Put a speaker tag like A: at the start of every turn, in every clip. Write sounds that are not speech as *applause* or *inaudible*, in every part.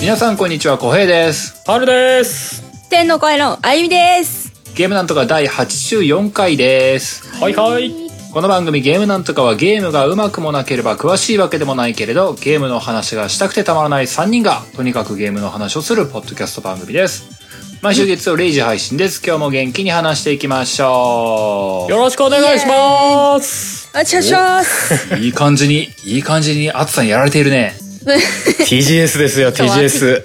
A: 皆さんこんにちは、小平です。
B: ハルです
C: 天の声のあゆみです。
A: ゲームなんとか第84回です。
B: はいはい
A: この番組ゲームなんとかはゲームがうまくもなければ詳しいわけでもないけれど、ゲームの話がしたくてたまらない3人が、とにかくゲームの話をするポッドキャスト番組です。毎週月曜0時配信です。今日も元気に話していきましょ
B: よろしくお願いします
C: あちゃしゃーす。
A: う。いい感じに、いい感じに暑さにやられているね。
C: *laughs*
D: TGS ですよ、
C: そう
D: TGS。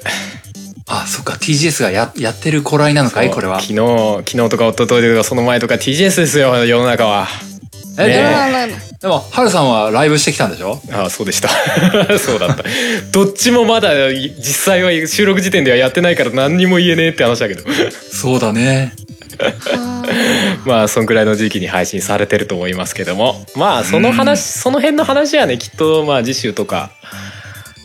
A: あ、そっか、TGS がや、やってる頃合いなのかいこれは。
D: 昨日、昨日とか一昨日とかその前とか TGS ですよ、世の中は。
A: え、
D: ね
A: で
D: え
A: も
C: まあまあまあ
A: でも、ハルさんはライブしてきたんでしょ
D: ああ、そうでした。そうだった。どっちもまだ実際は収録時点ではやってないから何にも言えねえって話だけど。 *laughs*
A: そうだね。
D: まあ、そんくらいの時期に配信されてると思いますけども。まあ、その話、その辺の話はね、きっとまあ次週とか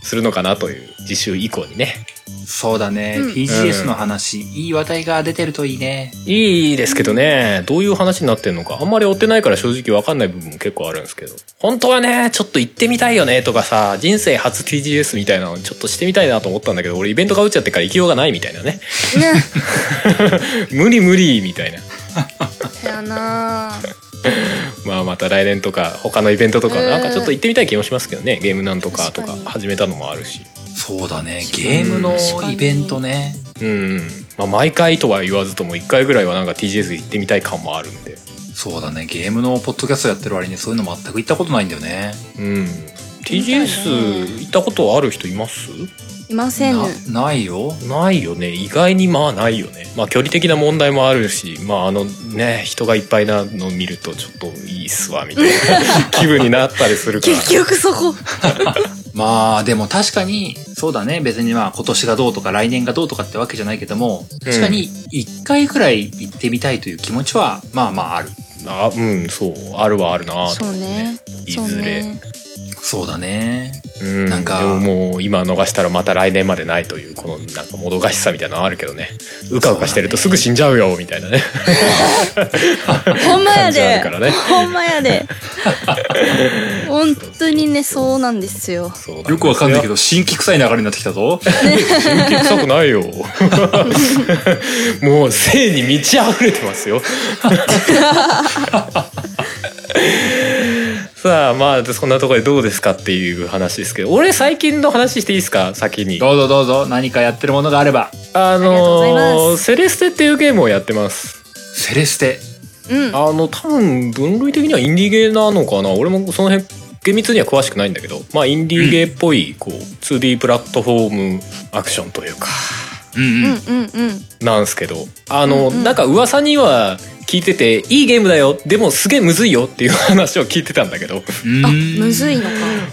D: するのかなという、次週以降にね。
A: そうだね。
C: うん
A: TGS の話、いい話題が出てるといいね。
D: いいですけどね、どういう話になってんのか、あんまり追ってないから正直わかんない部分も結構あるんですけど。本当はね、ちょっと行ってみたいよねとかさ、人生初 TGS みたいなのちょっとしてみたいなと思ったんだけど、俺イベントが打っちゃってから行きようがないみたいなね。 *laughs* 無理無理みたいな。
C: だよなー。
D: まあまた来年とか、他のイベントとか、
C: うん
D: なんかちょっと行ってみたい気もしますけどね、ゲームなんとかと
C: 確
D: か
C: かに
D: 始めたのもあるし。
A: そうだね。ゲームの
C: 確かに
A: イベントね。
D: うんうん。まあ毎回とは言わずとも1回ぐらいはなんか TGS 行ってみたい感もあるんで。
A: そうだね。ゲームのポッドキャストやってる割にそういうの全く行ったことないんだよね。
D: うん。TGS 行ったことある人います
C: いません。
A: なないよ。
D: ないよね意外にまあないよねまあ距離的な問題もあるしまああのね人がいっぱいなのを見るとちょっといいっすわみたいな気分になったりするから
C: 結局そこ。
A: まあ、でも確かに、そうだね。別にまあ今年がどうとか来年がどうとかってわけじゃないけども、確かに一回くらい行ってみたいという気持ちは、まあまあある。
D: あうんそうあるはあるなと
C: そうね。
D: い
C: そう
D: ずれ *laughs*
C: ね。
A: そうだね。
D: うん
A: なんか
D: でももう今逃したらまた来年までないというこのなんかもどかしさみたいなのあるけどねうかうかしてるとすぐ死んじゃうよみたいなね
C: ほんまや
D: 感じあ
C: で
D: るからね。
C: ほんま
D: *laughs*
C: やで。本当にね、そうなんですよ。
D: そう
A: よくわかんないけ
D: ど
A: ど、新規臭い流れになってきたぞ。
D: 臭くないよもう性に満ち溢れてますよさあまあそんなところでどうですかっていう話ですけど俺最近の話していいですか先に
A: どうぞどうぞ、何かやってるものがあれば。
D: あ
C: ありがとうございま
D: の
C: す
D: セレステっていうゲームをやってます
A: セレステ。
C: うん。
D: あの多分分類的にはインディーゲーなのかな俺もその辺厳密には詳しくないんだけどまあインディーゲーっぽいこう 2D プラットフォームアクションというか
A: うん
C: う
A: うんん。
C: うんうん。
D: なんすけどあの、
C: うんうん
D: なんか噂には聞いてていいゲームだよでもすげえむずいよっていう話を聞いてたんだけど *laughs*
A: うん
C: あ、むずいのか。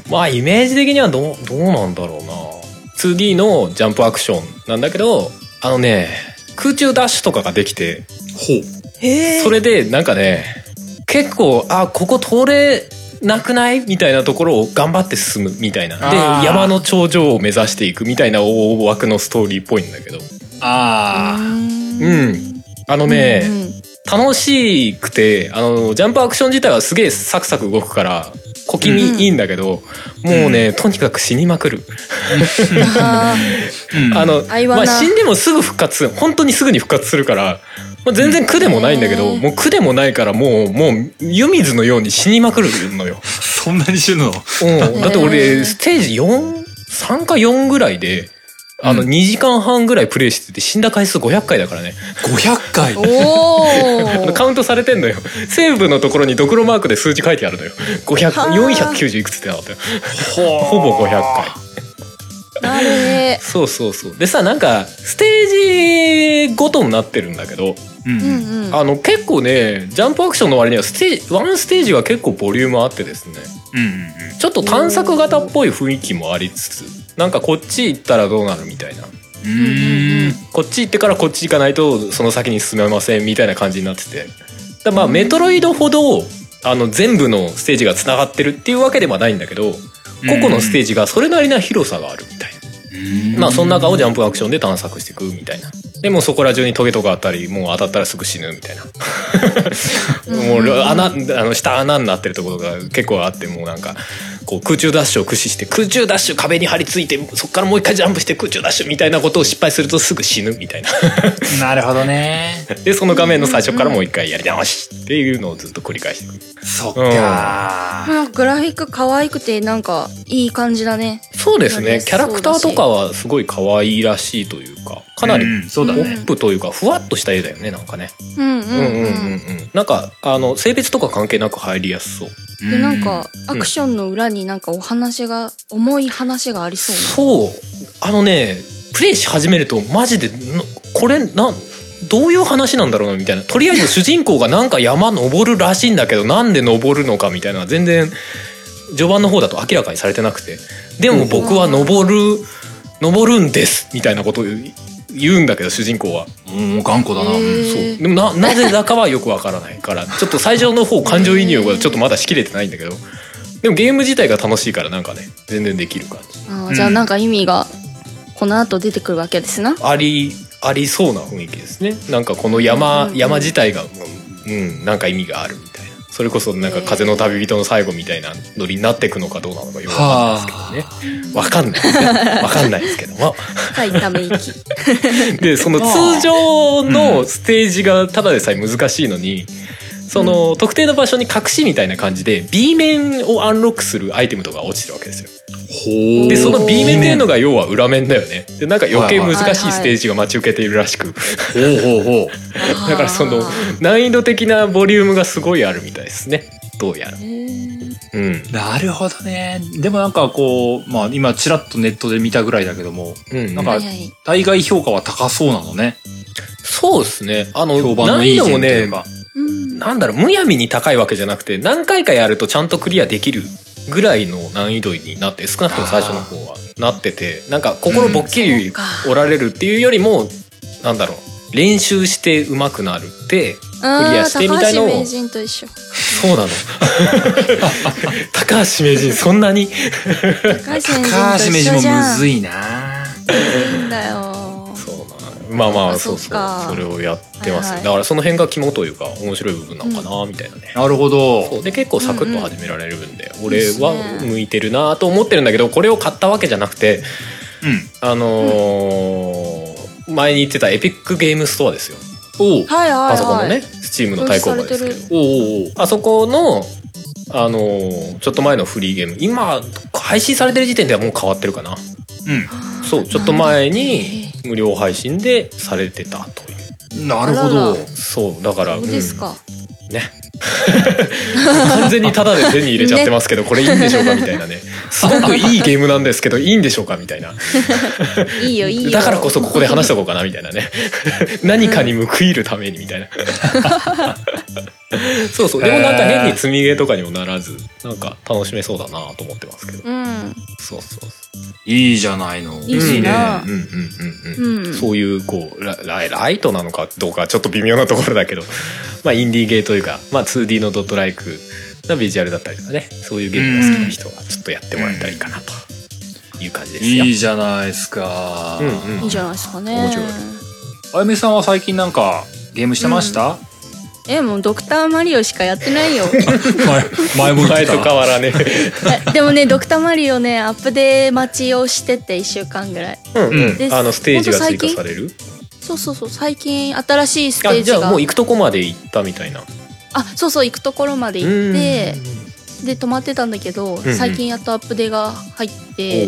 D: まあイメージ的にはどうどうなんだろうな 2D のジャンプアクションなんだけどあのね空中ダッシュとかができて
A: ほう。
C: へえ。
D: それでなんかね結構あここ通れなくないみたいなところを頑張って進むみたいなで
A: あー
D: 山の頂上を目指していくみたいな大枠のストーリーっぽいんだけど
A: あ
C: う
D: うんあのね、
C: うんうん
D: 楽しくてあのジャンプアクション自体はすげえサクサク動くから小気味いいんだけど、もうね、とにかく死にまくる、
A: あ、
C: あ
A: うん
D: あの、
C: あいわ
D: ま
C: な
D: あ、死んでもすぐ復活本当にすぐに復活するから、まあ、全然苦でもないんだけど、
C: うん
D: もう苦でもないからもうもう湯水のように死にまくるのよ、
A: そんなに死ぬの
D: うん、だって
C: へー
D: 俺ステージ43か4ぐらいであの
A: うん
D: 2時間半ぐらいプレイしてて死んだ回数500回だからね
A: ?500 回
D: *laughs*
C: ーお
D: カ
C: ー。
D: ウントされてんのよ。セーブのところにドクロマークで数字書いてあるのよ。500、
C: はあ
D: 490いくつってなかったよ。ほ
A: ほ
D: ぼ500回。
C: なるね。
D: そうそうそう。でさ、なんか、ステージごとになってるんだけど、
A: う。
C: うんんうん。
D: あの、結構ね、ジャンプアクションの割には、ステージ、ワンステージが結構ボリュームあってですね、
A: うん。
D: ちょっと探索型っぽい雰囲気もありつつ、なんかこっち行ったらどうなるみたいな。
A: うん。
D: こっち行ってからこっち行かないとその先に進めませんみたいな感じになっててだまあメトロイドほどあの全部のステージがつながってるっていうわけではないんだけど個々のステージがそれなりな広さがあるみたいな、まあ、その中をジャンプアクションで探索していくみたいなでもうそこら中にトゲとかあったりもう当たったらすぐ死ぬみたいなもう穴あの下穴になってるところが結構あってもうなんかこう空中ダッシュを駆使して空中ダッシュ壁に張り付いてそこからもう一回ジャンプして空中ダッシュみたいなことを失敗するとすぐ死ぬみたい
A: *laughs*
D: な
A: なるほどね。
D: でその画面の最初からもう一回やり直しっていうのをずっと繰り返していく
A: そっかー。
C: もうグラフィック可愛くてなんかいい感じだね。
D: そうです
C: なん
D: ね
C: か
D: キャラクターとかはすごい可愛いらしいというかかなり
A: うんそうだ
D: ポ
A: ね。
D: ップというかふわっとした絵だよねなんかね
C: うんうん
D: うんうんうんう
C: う。
D: んんなんかあの性別とか関係なく入りやすそう
A: う
C: でなんかアクションの裏になんかお話が重い話がありそうな。
D: そうあのねプレイし始めるとマジでなこれなんどういう話なんだろうなみたいなとりあえず主人公がなんか山登るらしいんだけどなんで登るのかみたいなのは全然序盤の方だと明らかにされてなくてでも僕は登る登るんですみたいなことを言うんだけど主人公は
A: うん、頑固だな。うん
C: へー
D: でもななぜだかはよくわからないからちょっと最初の方感情移入がちょっとまだしきれてないんだけどでもゲーム自体が楽しいからなんかね全然できる感じ
C: あーじゃあなんか意味がこの後出てくるわけですな。
D: ありありそうな雰囲気ですねなんかこの山、
C: うんうん
D: 山自体がうんなんか意味があるみたいなそれこそなんか「風の旅人の最後」みたいなノリになっていくのかどうなのかよくわかんないですけどねわかんないですねわかんないですけども
C: 深いため息。
D: でその通常のステージがただでさえ難しいのに、その特定の場所に隠しみたいな感じで B 面をアンロックするアイテムとか落ちてるわけですよ。
A: ほ
D: でその B 面っていうのが要は裏面だよね。でなんか余計難しいステージが待ち受けているらしく、
A: ほうほうほう。
D: だからその
C: あ
D: 難易度的なボリュームがすごいあるみたいですね。どうやら
C: ー。へー
D: うん。
A: なるほどね。でもなんかこう、まあ今ちらっとネットで見たぐらいだけども、
D: うん。
A: なん
C: は
A: か
C: いはい。
A: 対外評価は高そうなのね。
D: そうですね。あの
A: 評判の
D: 難
A: い
D: 易
A: い
D: 度も
A: 点とい
D: ね
A: う、か。
C: うん。
D: なんだろう、むやみに高いわけじゃなくて、何回かやるとちゃんとクリアできるぐらいの難易度になって、少なくとも最初の方はなってて、なんか心ぼっき
C: う
D: り
C: んそうか
D: おられるっていうよりも、なんだろう、練習して上手くなるって、クリアしてみたいのを
C: あー高橋名人と一緒。
D: そう
C: *laughs*
D: なの。高橋名人、そんなに。
C: 高橋名
A: 高
C: 人
A: 橋
C: と
A: 名
C: 一
A: 人
C: 緒
A: も
C: じゃ
A: む
C: ん。
A: ずいな
C: むずいんだよ。
D: そうなまあまあ
C: あ
D: そうそ
C: そっ
D: う
C: か
D: それをやってます、
C: はいはい
D: だからその辺が肝というか面白い部分なのかなみたいなね、
A: なるほ
D: そう
A: ど。
D: で結構サクッと始められるんで、俺
C: いいっ
D: は
C: すね
D: 向いてるなと思ってるんだけどこれを買ったわけじゃなくて
A: うん。
D: あのー前に言ってたエピックゲームストアですよ
A: おう
C: はいはいはい。
D: パソコンのねスチームの対抗馬ですけ
C: 表示さ
D: ど
C: れ
A: おうおうおう
D: あそこのあのーちょっと前のフリーゲーム今配信されてる時点ではもう変わってるかなそうちょっと前に無料配信でされてたという
A: うん。なるほど
C: あら。
D: そうだから
C: そうですか。
D: うんね完全にタダで手に入れちゃってますけ
C: *laughs*
D: ど、これいいんでしょうかみたいなねすごくいいゲームなんですけどいいんでしょうかみたいない
C: いよいいよ。
D: だからこそここで話しとこうかなみたいな
C: *laughs*
D: ね何かに報いるためにみたいなそうそうでもなんか変に積みゲーとかにもならずなんか楽しめそうだなと思ってますけど
C: うん。
D: そうそうそ
A: いいじゃないの。
C: いいな
D: ううんうんうんうん
C: うん。
D: そういうこうラライライトなのかどうかちょっと微妙なところだけど、 *laughs* まあ、インディーゲーというか、まあ、2D のドットライクなビジュアルだったりとかねそういうゲームが好きな人はちょっとやってもらえたらいいかなという感じですよ。
A: いいじゃないですか。
D: うんうん
C: いいじゃないですかね。
D: 面白い
A: あゆみさんは最近なんかゲームしてました、
C: え、もうドクターマリオしかやっ
D: *laughs*
C: てないよ。
A: 前前も言って
D: 前と変
A: た。
D: わらね
C: えでもね、ドクターマリオね、アップデー待ちをしてて1週間ぐらい。
D: うん
A: うん
D: うんあのステージが追加される
C: そうそうそう、最近新しいステ
D: あ
C: ージ
D: じゃ
C: が。
D: あもう行くとこまで行ったみたいな。
C: あそうそう、行くところまで行って、で、止まってたんだけど、
D: うん
C: 最近やっとアップデーが入って、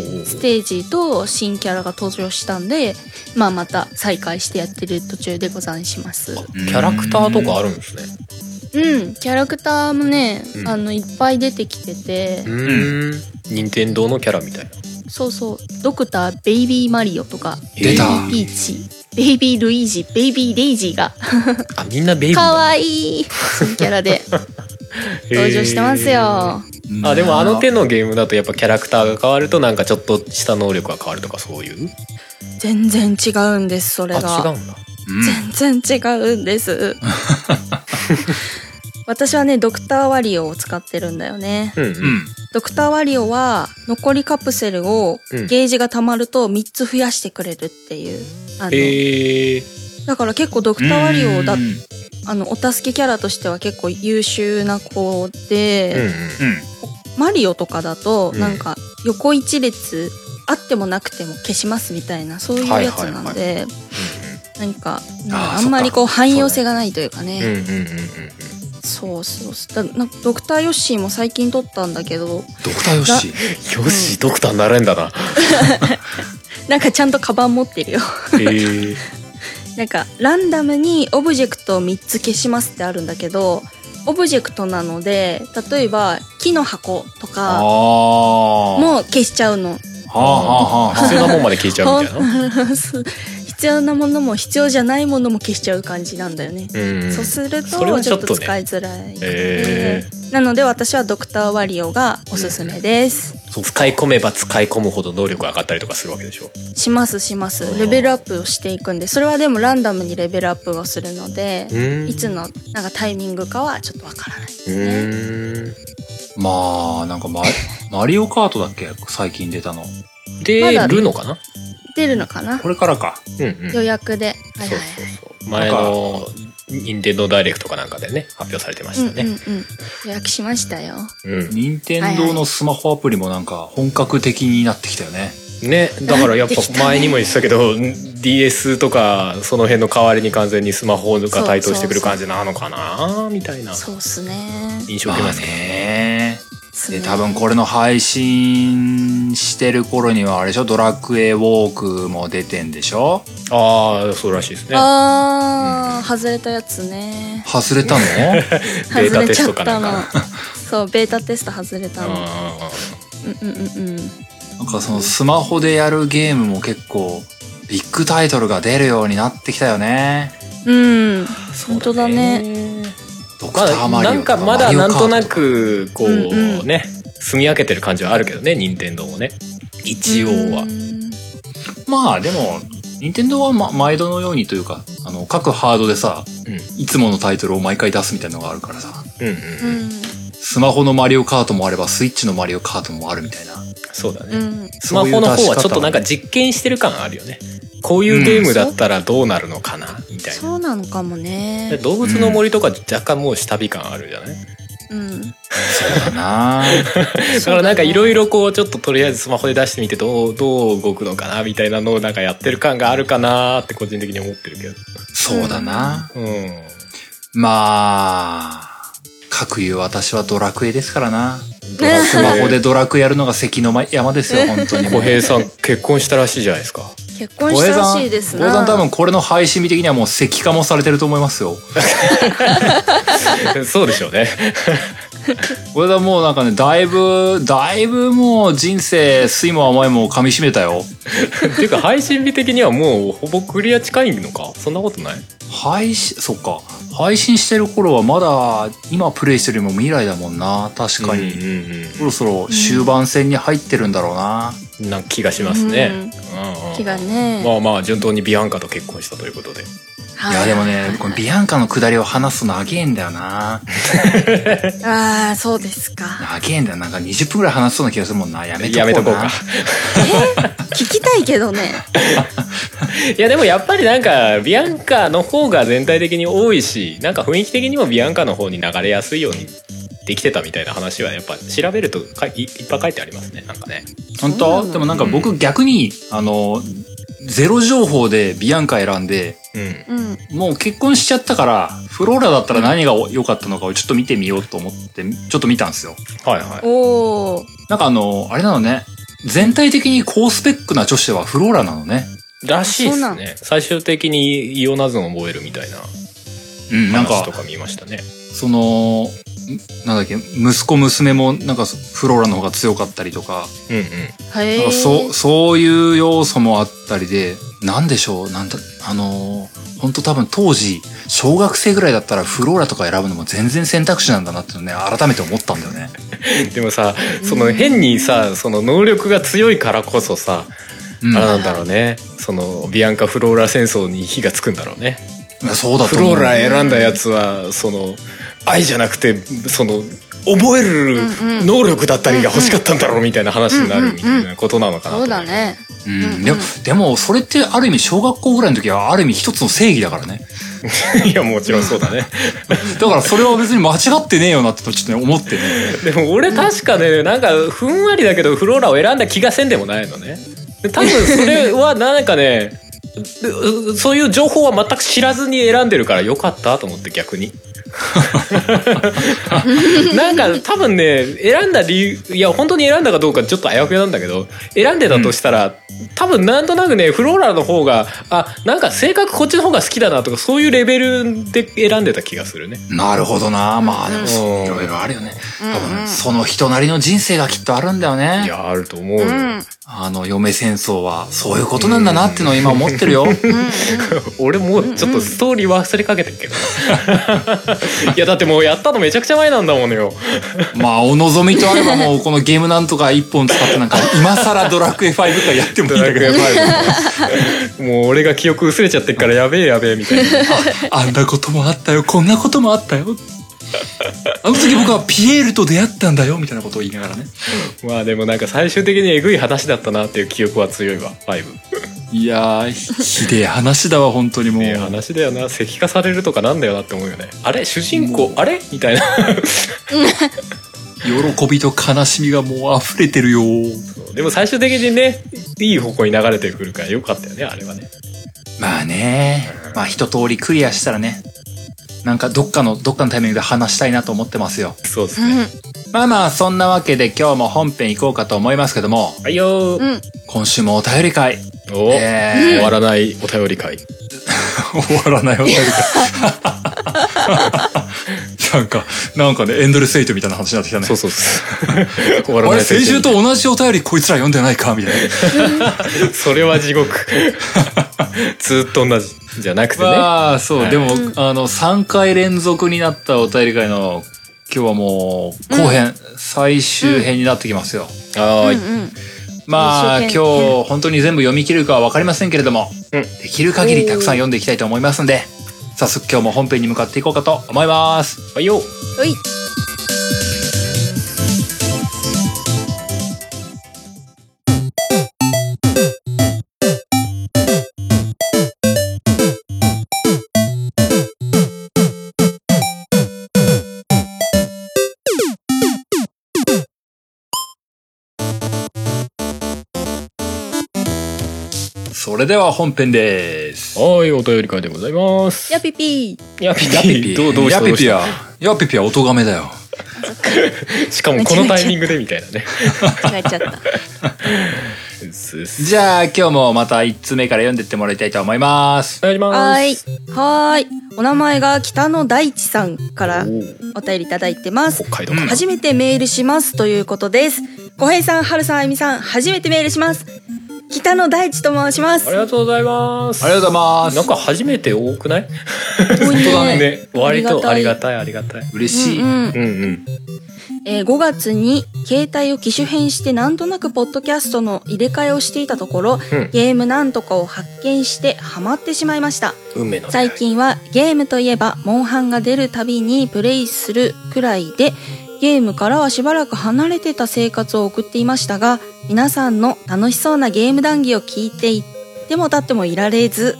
D: おうおうおう
C: ステージと新キャラが登場したんで、まあまた再開してやってる途中でございします。
D: キャラクターとかあるんですね。
C: うん、キャラクターもね、
D: うん
C: あの、いっぱい出てきてて、
D: うん任天堂のキャラみたいな。
C: そうそう、ドクター、ベイビーマリオとか、
A: 出た
C: ベイビーピーチ、ベイビールイージ、ベイビーレイジーが、
D: あみんなベイビー
C: か
D: だ
C: わいい新キャラで
D: *laughs*
C: 登場してますよ。
D: あでもあの手のゲームだとやっぱキャラクターが変わるとなんかちょっとした能力が変わるとかそういう
C: 全然違うんです、それ
D: あ違
C: が。
D: うんだ
A: うん
C: 全然違う
D: *laughs*
C: んです。私はね、ドクターワリオを使ってるんだよね。
D: うん
A: う
D: うん
A: ん。
C: ドクターワリオは、残りカプセルを、
D: うん
C: ゲージが溜まると3つ増やしてくれるっていう。あの
D: へえ
C: だから結構ドクターワリオだ
A: う
C: っ
A: ん
C: あの、お助けキャラとしては結構優秀な子で、
D: うん
A: うん
C: マリオとかだと
D: うん
C: なんか横一列あってもなくても消しますみたいなそういうやつなん
A: は
C: でなんかうん
A: あー
C: あんまりこう
A: そっか
C: 汎用性がないというか
D: うんうん
C: ね
D: うんうんうん
C: そうそうそうだなんかドクターヨッシーも最近撮ったんだけど *laughs*
A: ドクターヨッシー
D: よしドクターになれんだな
C: なんかちゃんとカバン持ってるよ
D: へ
C: *laughs*
D: え
C: なんかランダムにオブジェクトを3つ消しますってあるんだけどオブジェクトなので例えば木の箱と
A: あ
C: か
A: あは
C: も消しちゃうの
A: あはあは
D: 必要なもんまで消えちゃうみたいな
C: *laughs* そう必要なものも必要じゃないものも消しちゃう感じなんだよね、
D: うん
C: そうする
D: それ
C: と
D: は
C: ち
D: ち
C: ょ
D: ょっ
C: っ
D: と
C: と
D: ね
C: 使いづらい、
D: え
C: なので私はドクターワリオがおすすめです、
D: 使い込めば使い込むほど能力が上がったりとかするわけでしょ
C: しますしますレベルアップをしていくんでそれはでもランダムにレベルアップをするので
D: うん
C: いつのなんかタイミングかはちょっとわからないです
D: う
C: ね
D: ーん
A: あまあなんかマリマリオカートだっけ最近出たの
D: で、
C: まだね
D: るのかな
C: 出るのかな
A: これからか
D: うんうん
C: 予約ではい
D: そ
C: は
D: う
C: い
D: そうそう前の任天堂ダイレクトかなんかでね発表されてました
C: うんうん
D: ね
C: うん予約しましたよ
D: うん
A: 任天堂のスマホアプリもなんか本格的になってきたよね、
D: ねだからやっぱ
C: できたね
D: 前にも言ってたけど DS とかその辺の代わりに完全にスマホが台頭してくる感じなのかなみたいな
C: そうっすね
D: 印象
A: ま
D: を受け
A: あ
D: ますけど
A: ね
C: すね
A: で多分これの配信してる頃にはあれでしょドラクエウォークも出てんでしょ
D: ああそうらしいですね
C: あー、外れたやつね
A: 外れたの
D: ベ
C: 外
D: ータ
C: れ
D: テ
C: ち
D: ス
C: ゃっ
D: トかな
C: た
D: ん
C: の
D: か
C: *laughs* そうベータテスト外れたの
D: あ
C: うんうんうんう
A: *laughs*
C: ん
A: なんかそのスマホでやるゲームも結構ビッグタイトルが出るようになってきたよね
C: うん
D: ー
C: 本当だね
A: ドクタ
D: ま
A: ー
D: あ
A: マリオ
D: なんかまだ
A: マリオ
D: なん
A: カー
D: と
A: ト
D: なくこ
C: うんう
D: うんね住み分けてる感じはあるけどね任天堂もね一応は
C: うん
A: まあでも任天堂はま毎度のようにというかあの各ハードでさ
D: うん
A: いつものタイトルを毎回出すみたいなのがあるからさ
D: うんうん
C: う
D: うん
C: ん
A: スマホのマリオカートもあればスイッチのマリオカートもあるみたいな
D: そうだね
C: うん
D: スマホの方はちょっとなん
A: か *laughs*
D: か実験してる感あるよねこういうゲームだったらどうなるのかなみたいな
C: そうなのかも
D: で
C: ね
D: 動物の森とか若干もう下火感あるじゃない、
C: うん
A: だな
D: *laughs* だからなんかいろいろこうちょっととりあえずスマホで出してみてどうどう動くのかなみたいなのをなんかやってる感があるかなって個人的に思ってるけど
A: そうだな、
D: うん
A: まあ、各言う私はドラクエですからな。
D: ドラクエ
A: スマホでドラクエやるのが関の山ですよ、本当に。
D: 小平さん結婚したらしいじゃないですか
C: 結婚したらしいです
A: 小平さ
C: なん
A: 多分これの配信日的にはもう石化もされてると思いますよ。
D: *laughs* そうでしょうね
A: 小平さんもうなんかね、だいぶ、だいぶもう人生、酸いも甘いも噛み締めたよ。
D: っていうか配信日的にはもうほぼクリア近いのかそんなことない
A: 配信、そっか。配信してる頃はまだ、今プレイしてるよりも未来だもんな、確かに。
D: うんう
A: そろ
D: ん
A: そろ終盤戦に入ってるんだろうな。
D: うんなんか気がしますね、
C: う
D: う
C: ん
D: んうん
C: 気がね
D: まあまあ順当にビアンカと結婚したということで
A: い
C: は
A: や、でもね、このビアンカの下りを話すと長えんだよな。
C: ああそうですか
A: 長えんだよなんか20分ぐらい話しそうな気がするもんなやめとこうな
D: やめとこうか
C: *laughs* 聞きたいけどね
D: いやでもやっぱりなんかビアンカの方が全体的に多いしなんか雰囲気的にもビアンカの方に流れやすいようにできてたみたいな話はやっぱ調べるとかいいっぱい書いてありますねなんかね
A: 本
C: そうな
A: 当
C: の
A: でもなんか僕逆に、あのゼロ情報でビアンカ選んで
D: うん
C: うん
A: もう結婚しちゃったからフローラだったら何が良かったのかをちょっと見てみようと思ってちょっと見たんですよ
D: はいは
C: おお
A: なんかあのあれなのね全体的に高スペックな女子はフローラなのね
D: いらしいで
C: そうな
D: す
C: ん
D: ね最終的にイオナズンを覚えるみたいな
A: うんなんか
D: 話とか見ましたね
A: そのんなんだっけ息子娘もなんかフローラの方が強かったりとか
D: うんうん
C: へ
A: なん
C: え
A: かそうそういう要素もあったりでなんでしょうなんだあのー本当多分当時小学生ぐらいだったらフローラとか選ぶのも全然選択肢なんだなっていうのね改めて思ったんだよね。
D: でもさその変にさその能力が強いからこそさ
A: うん
D: あれなんだろうねそのビアンカフローラ戦争に火がつくんだろうね
A: いやそうだと
D: フ
A: 思
D: ロ
A: う
D: ーラ選んだやつはその愛じゃなくてその覚え
C: うんう
D: る
C: ん
D: 能力だったりが欲しかったんだろうみたいな話にな
C: うんう
D: る
C: ん
D: みたいなことなのかな
C: そう
D: と
C: だね
A: うんでもでもそれってある意味小学校ぐらいの時はある意味一つの正義だからね
D: いやもちろんそうだね
A: だからそれは別に間違ってねえよなってちょっとね思ってね。
D: でも俺確かねなんかふんわりだけどフローラを選んだ気がせんでもないのねで多分それはなんかねううそういう情報は全く知らずに選んでるからよかったと思って逆になんか多分ね選んだ理由いや本当に選んだかどうかちょっとあやふやなんだけど選んでたとしたら、多分なんとなくねフローラの方があなんか性格こっちの方が好きだなとかそういうレベルで選んでた気がするね
A: なるほどな。まあでも
D: うん
A: いろいろあるよね。
E: うん
A: 多分その人なりの人生がきっとあるんだよ
D: い
A: ね。
D: やあると思うよ、
E: うんうん
A: あの嫁戦争はそういうことなんだなっていうのを今思ってる *laughs* よ。
D: *laughs* 俺もうちょっとストーリー忘れかけてる
E: *laughs*
D: けど、いやだってもうやったのめちゃくちゃ前なんだもんよ
A: まあお望みとあればもうこのゲームなんとか一本使ってなんか今更ドラクエ5からやってもいいんだけ
D: *laughs*
A: ど。
D: もう俺が記憶薄れちゃってっからやべえやべえみたいな
A: あんなこともあったよこんなこともあったよあの時僕はピエールと出会ったんだよみたいなことを言いながらね
D: まあでもなんか最終的にえぐい話だったなっていう記憶は強いわファイブ
A: いやーひひでえ話だわ本当にもう、
D: ねえ話だよな石化されるとかなんだよなって思うよねあれ主人公あれみたいな
A: 喜びと悲しみがもう溢れてるよ
D: でも最終的にねいい方向に流れてくるからよかったよねあれはね
A: まあねまあ一通りクリアしたらねなんかどっかのどっかのタイミングで話したいなと思ってますよ
D: そうですね、
A: まあまあそんなわけで今日も本編行こうかと思いますけども
D: はいよー、
E: うん
A: 今週もお便り *laughs* 会
D: お、
A: えー
D: 終わらないお便り会
A: 終わらないお便りか。 *laughs* なんか、なんかね、エンドレスエイトみたいな話になってきたね。
D: そうそうそう終わ
A: あ
D: らな
A: れ、
D: い
A: 先週と同じお便りこいつら読んでないかみたいな。
D: それは地獄 *laughs* ずっと同じじゃなくてね、
A: まあ、 *laughs* そう、
D: はい
A: でも、あの、3回連続になったお便り会の、今日はもう、後編、最終編になってきますよ。
D: あー
A: まあ、今
C: 最
A: 日
C: 終編、
A: 本当に全部読み切るかは分かりませんけれども、
D: うん
A: できる限りたくさん読んでいきたいと思いますんで、早速今日も本編に向かっていこうかと思います。
D: はいよ
C: おい
A: それでは本編です。
D: はいお便り会でございます
C: やぴぴ
D: やぴぴ
A: ヤピピ
D: どうどうした
A: ヤピピ
D: どう
A: は、ヤピピは音がめだよ。
D: したしかもこのタイミングでみたいなね
C: 間違えちゃった
D: すす
A: じゃあ今日もまた1つ目から読んでってもらいたいと思います。
D: お願いします
C: はい。はーい。お名前が北野大地さんからお便りいただいてます
D: 北。海道から、
C: 初めてメールしますということです。小平さん、春さん、あゆみさん、初めてメールします。北野大地と申します
D: あり。がとうございます
A: ありがとうございます。
D: なんか初めて多くない *laughs*
C: 本当だね
D: ね割とあ
C: あ
D: り
C: り
D: が
C: が
D: たいありがたい
A: 嬉しい。
C: うんうん
D: うんうん
C: えー5月に携帯を機種変してなんとなくポッドキャストの入れ替えをしていたところ、
D: うん
C: ゲームなんとかを発見してハマってしまいました。
D: 運命の出会い
C: *laughs* 最近はゲームといえばモンハンが出るたびにプレイするくらいでゲームからはしばらく離れてた生活を送っていましたが皆さんの楽しそうなゲーム談義を聞いていても立ってもいられず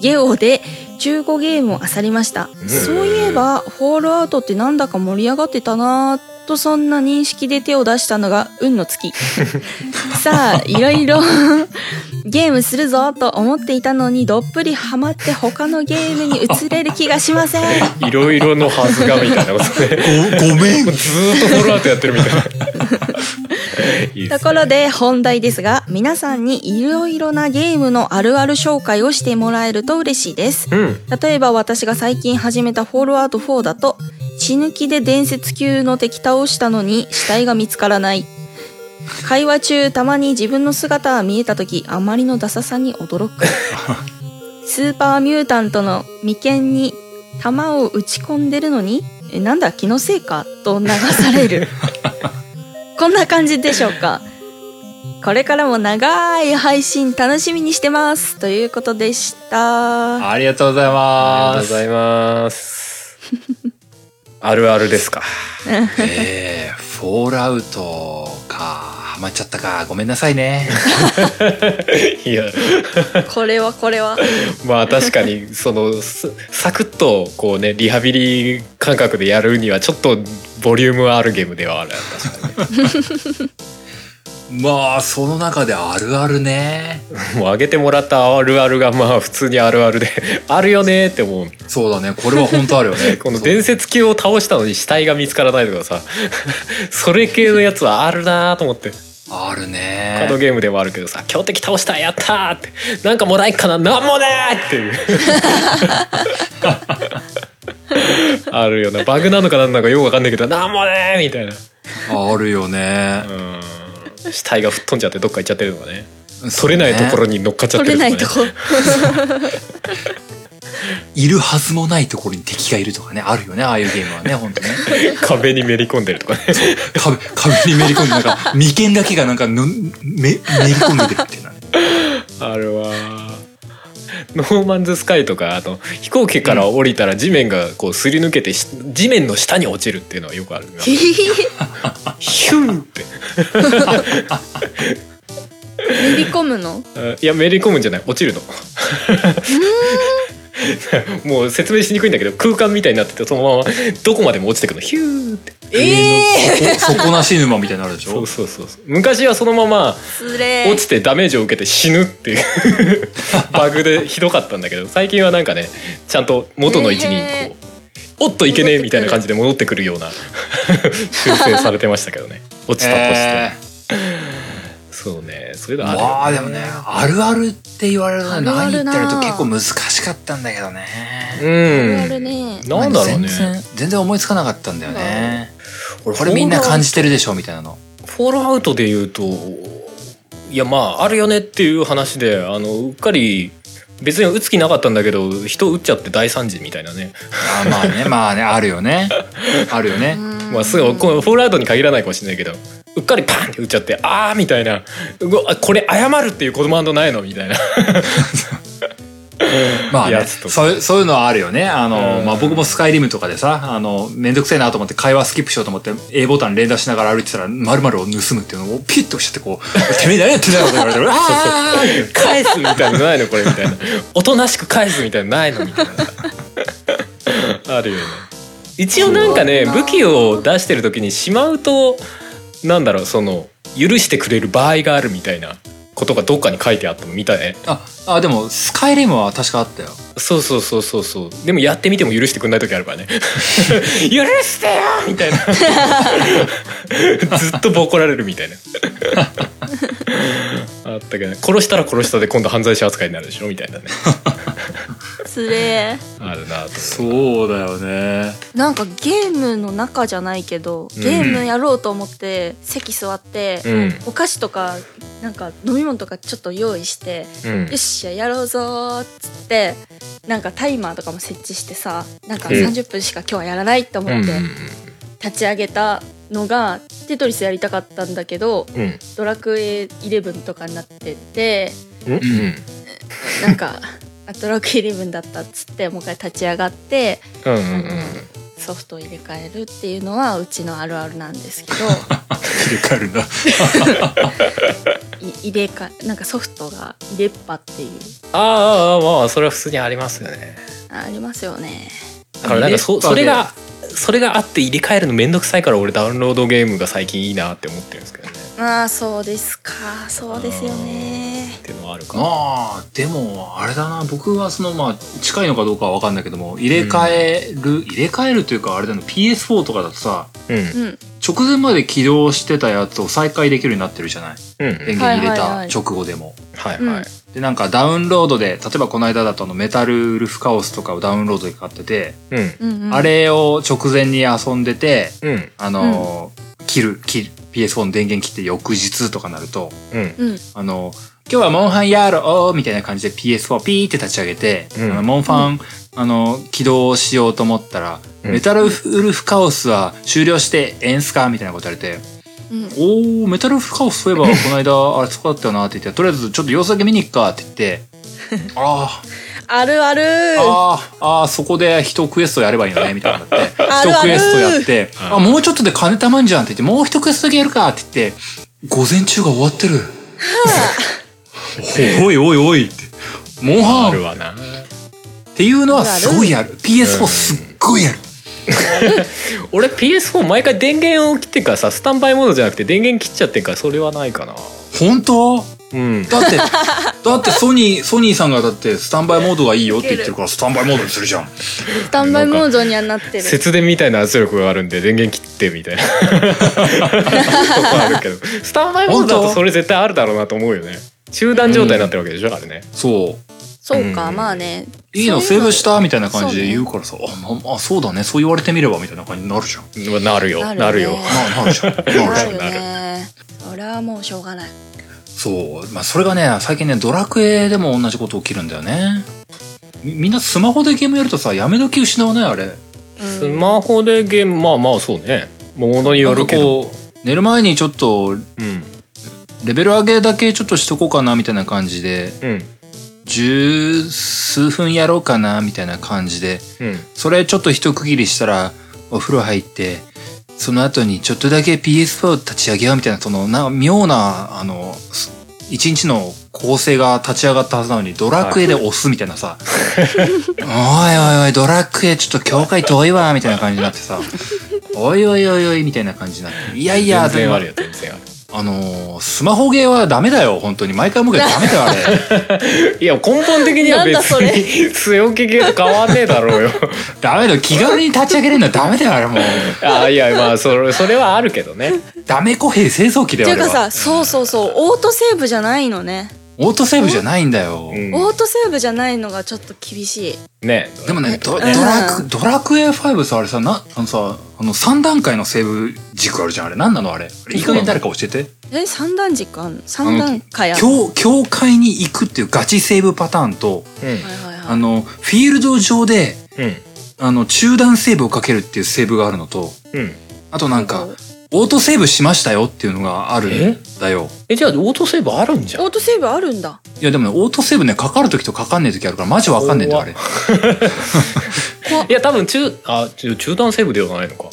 C: ゲオで中古ゲームを漁りました
D: ん
C: そういえばホールアウトってなんだか盛り上がってたなぁとそんな認識で手を出したのが運
D: *laughs*
C: の尽きさあいろいろゲームするぞと思っていたのにどっぷりハマって他のゲームに移れる気がしません。
D: *laughs* いろいろのはずがみたいなことで
A: ごめん
D: ずーっとフォローアウトやってるみたいないいっすね
C: ところで本題ですが皆さんにいろいろなゲームのあるある紹介をしてもらえると嬉しいです。
D: うん
C: 例えば私が最近始めたフォールアウト4だと血抜きで伝説級の敵倒したのに死体が見つからない。会話中たまに自分の姿が見えた時あまりのダサさに驚く。スーパーミュータントの眉間に弾を打ち込んでるのにえなんだ気のせいかと流される。 *laughs* こんな感じでしょうか。これからも長い配信楽しみにしてます。ということでした。
A: ありがとうござい
D: ありがと
A: ま
D: うござ
A: す。
D: います。あるあるですか。
A: えー、フォールアウトか。まっちゃったか。ごめんなさいね。
D: *laughs* いや
C: これはこれは。
D: まあ確かにそのすサクッとこうねリハビリ感覚でやるにはちょっとボリュームはあるゲームではある確か
A: まあ、その中であるあるね。
D: に *laughs* もう上げてもらったあるあるがまあ普通にあるあるであるよねって思う
A: そうだね。これは本当あるよ
D: *laughs*
A: ね。
D: この伝説級を倒したのに死体が見つからないとかさ *laughs* それ系のやつはあるなと思って
A: ある
D: カード
A: ね。
D: ゲームでもあるけどさ強敵倒したやったーってなんかもらえっかななんもねーっていう *laughs* あるよなバグなのかなんなのかよくわかんないけどなんもねーみたいな
A: あるよね。
D: うん死体が吹っ飛んじゃってどっか行っちゃってるのがね取れないところ
A: に。
D: に乗っかっちゃっ
C: 取
D: て
C: れ
D: る
C: ない
D: か
C: と
D: ね
C: こ。
D: *laughs*
A: いるはずもないところに敵がいるとかね。あるよね。ああいうゲームはね。本当ね。
D: 壁にめり込んでるとかね
A: 壁、壁にめり込んで、なん
D: *laughs*
A: か、眉間だけがなんかの、め、めり込んでるっていうのはね。
D: あるわノーマンズスカイとかあと飛行機から降りたら地面がこうすり抜けてし地面の下に落ちるっていうのはよくあるなヒュンって
C: 練り込むの
D: あいやめり込むんじゃない落ちるの *laughs* もう説明しにくいんだけど空間みたいになっててそのままどこまでも落ちてくのヒューって
A: ええ底なし沼みたいになるでし
D: そ
A: ょ
D: うそうそうそう昔はそのまま
C: つれ
D: 落ちてダメージを受けて死ぬっていう
A: *laughs*
D: バグでひどかったんだけど最近はなんかねちゃんと元の位置にこう、おっといけねえみたいな感じで戻ってくる
A: *laughs*
D: ような修正されてましたけどね落ちたとして、
A: えー
D: そうねそういうのあるよ、
A: まあでもねあるあるって言われるのに
C: あ
A: 何
C: る
A: 言っ
C: あるな
A: てると結構難しかったんだけどね
C: あ
D: う
C: る
D: ん
C: ね。
D: なんだろうね
A: 全然全然思いつかなかったんだよね
D: 俺
A: これみんな感じてるでしょみたいなの
D: フォールアウトで言うといやまああるよねっていう話であのうっかり別に打つ気なかったんだけど人打っちゃって大惨事みたいなね、
A: あまあ
D: *laughs*
A: ねまあねあるよねあるよね
D: まあ、すぐこのフォールアウトに限らないかもしれないけどうっかりパンって打っちゃってああみたいなうわこれ謝るっていうコマンドないのみたいな
A: *laughs* まあね
D: やつとか
A: そういうそういうのはあるよねあの、
D: うん
A: まあ、僕もスカイリムとかでさあのめんどくせえなと思って会話スキップしようと思って A ボタン連打しながら歩いてたらまるを盗むっていうのをピュッと押しちゃってこう「てめえ何やってんだよ」って言われて
D: *laughs*
A: 「ああ!」
D: 返すみたいなのないのこれみたいなおとなしく返すみたいなのないのみたいなあるよね一応なんかね
C: そうだな
D: 武器を出してる時にしまうとなんだろうその許してくれる場合があるみたいなことがどっかに書いてあったの見たね
A: ああでもスカイリムは確かあったよ
D: そうそうそうそうそうでもやってみても許してくれない時あるから *laughs* ね許してよみたいなずっとボコられるみ *laughs* たいなあったけどね殺したら殺したで今度犯罪者扱いになるでしょみたいなね
C: つれ
D: あるなと
A: そうだよね
C: なんかゲームの中じゃないけど、
D: うん
C: ゲームやろうと思って席座って、
D: うん
C: お菓子とかなんか飲み物とかちょっと用意して、
D: うん
C: よっしゃやろうぞーっつってなんかタイマーとかも設置してさなんか
D: うん
C: 30分しか今日はやらないと思
D: うん
C: って立ち上げたのが、テトリスやりたかったんだけど
D: うんうん
C: ドラクエ11とかになってて
D: うんうん
C: なんかあドラクエ11だったっつってもう一回立ち上がって
D: うんうんうん
C: ソフトを入れ替えるっていうのはうちのあるあるなんですけど
A: 入れ替えるんだ
C: い入れ替えなんかソフトが入れっぱっていう
D: ああああまあそれは普通にありますよね
C: あありますよね
D: だからなんかそ
A: 入れっぱ
D: そ
A: で
D: れがそれがあって入れ替えるのめんどくさいから俺ダウンロードゲームが最近いいなって思ってるんですけどね
C: まあそうですかそうですよね
D: っていうのはあるか
A: まあでもあれだな僕はそのまあ近いのかどうかは分かんないけども入れ替える、入れ替えるというかあれだな PS4 とかだとさ
D: うんうん
C: うん
A: 直前まで起動してたやつを再開できるようになってるじゃない
D: うん
A: 電源入れ
C: はいはい
A: た
C: はい
A: 直後でも、
D: はいはい
A: でなんかダウンロードで例えばこの間だとあのメタルウルフカオスとかをダウンロードで買ってて、
D: うん
C: うんうん
A: あれを直前に遊んでて
D: うん
A: あのー、切る切る PS4 の電源切って翌日とかなると
D: うん
C: うん
A: あの、今日はモンハンやろうみたいな感じで PS4 ピーって立ち上げて、
D: うん
A: あのモンファン、あの、起動しようと思ったら、
D: うん
A: メタルウルフカオスは終了してええんすかみたいなこと言われて、
C: うん
A: おー、メタルウルフカオス
D: *laughs*
A: そういえばこの間、あれそうだったよなって言って、とりあえずちょっと様子だけ見に行くかって言って、
D: *laughs*
A: あー
C: あるある
A: あーあーそこで一クエストやればいいのねみたいにな
D: *laughs*
A: って
C: あるある
A: 一クエストやって
D: う
A: あもうちょっとで金たまんじゃんって言ってもう一クエストだけやるかって言って午前中が終わってる。おいおいおいって。モンハ
D: あ
A: ン
D: るわな。
A: っていうのはすごいやる。PS4 すっごいやる。
D: 俺 PS4 毎回電源を切ってからさスタンバイモードじゃなくて電源切っちゃってるからそれはないかな
A: 本当
D: うん
A: だ *laughs* って、だってソニー、ソニーさんがだってスタンバイモードがいいよって言ってるからスタンバイモードにするじゃん。
C: スタンバイモードにはなってる。
D: 節電みたいな圧力があるんで電源切ってみ
C: *laughs*
D: たいなとこあるけどスタンバイモードだ
A: 本
D: と
A: 当
D: それ絶対あるだろうなと思うよね中断状態になってるわけでしょ、あれね
A: そう。
C: そうか、
D: うん
C: まあね。
A: いいの
C: そう
A: セ
C: う
A: ーブしたみたいな感じで
C: そうね
A: 言うからさ、あ、まあ、そうだね、そう言われてみればみたいな感じになるじゃん。
D: うわなるよな
C: な
D: る
C: るね
D: よ
A: ななるじゃん。なるじゃん。
C: あるよね。それはもうしょうがない。
A: そう。まあ、それがね、最近ね、ドラクエでも同じこと起きるんだよね。みみんなスマホでゲームやるとさ、やめ時失わないあれ。
D: スマホでゲームまあまあそうねものによるけ
A: な
D: ど
A: んかこう、寝る前にちょっと、
D: うん
A: レベル上げだけちょっとしとこうかなみたいな感じで、
D: うん
A: 十数分やろうかなみたいな感じで、
D: うん
A: それちょっと一区切りしたら、お風呂入って、その後にちょっとだけ PS4 立ち上げようみたいな、そのな、妙な、あの、す一日の構成が立ち上がったはずなのに、ドラクエで押すみたいなさ、おいおいおい、ドラクエちょっと境界遠いわ、みたいな感じになってさ、おいおいおいおい、みたいな感じになって、いやいや、
D: 全
A: で
D: 然
A: も
D: あるよ全然ある
A: あのー、スマホゲーはダメだよ、本当に。毎回思うけどダメだよ、あ
D: *laughs*
A: れ。
D: いや根本的には別
C: なんだ
D: に強気ゲーム変わんねえだろうよ
A: ダメだよ、気軽に立ち上げれるのはダメだよ、あれもう。
D: あいやまあそれそれはあるけどね
A: ダメコ兵製造機だ
C: て
A: よ、あ
C: いう
A: れ
C: か
A: は。
C: さ、そうそうそう、オートセーブじゃないのね。
A: オートセーブじゃないんだよ。
D: うん
C: オートセーブじゃないのがちょっと厳しい。
D: ね
A: でもね、ドド
C: ね
A: ラ
C: う
A: ク、ドラクエ5さ、あれさ、な、あのさ、あの3段階のセーブ軸あるじゃん、あれ。何なのあれ。あれいい加減誰か教えて。
C: え、三段軸あんの三段階あんの
A: 教、教会に行くっていうガチセーブパターンと、
D: うん
C: はいはい
A: あ
C: はい。
A: の、フィールド上で、
D: うん
A: あの、中断セーブをかけるっていうセーブがあるのと、
D: うん
A: あとなんか
C: そう、
A: オートセーブしましたよっていうのがあるんだよ。
D: えじゃあオートセーブあるんじゃ
C: オ
D: ん
C: ートセーブあるんだ。
A: いやでもね、オートセーブね、かかる時とかかんねえ時あるから、マジわかんねえんだよ、あれ。
D: いや多分中あ中中断セーブではないのか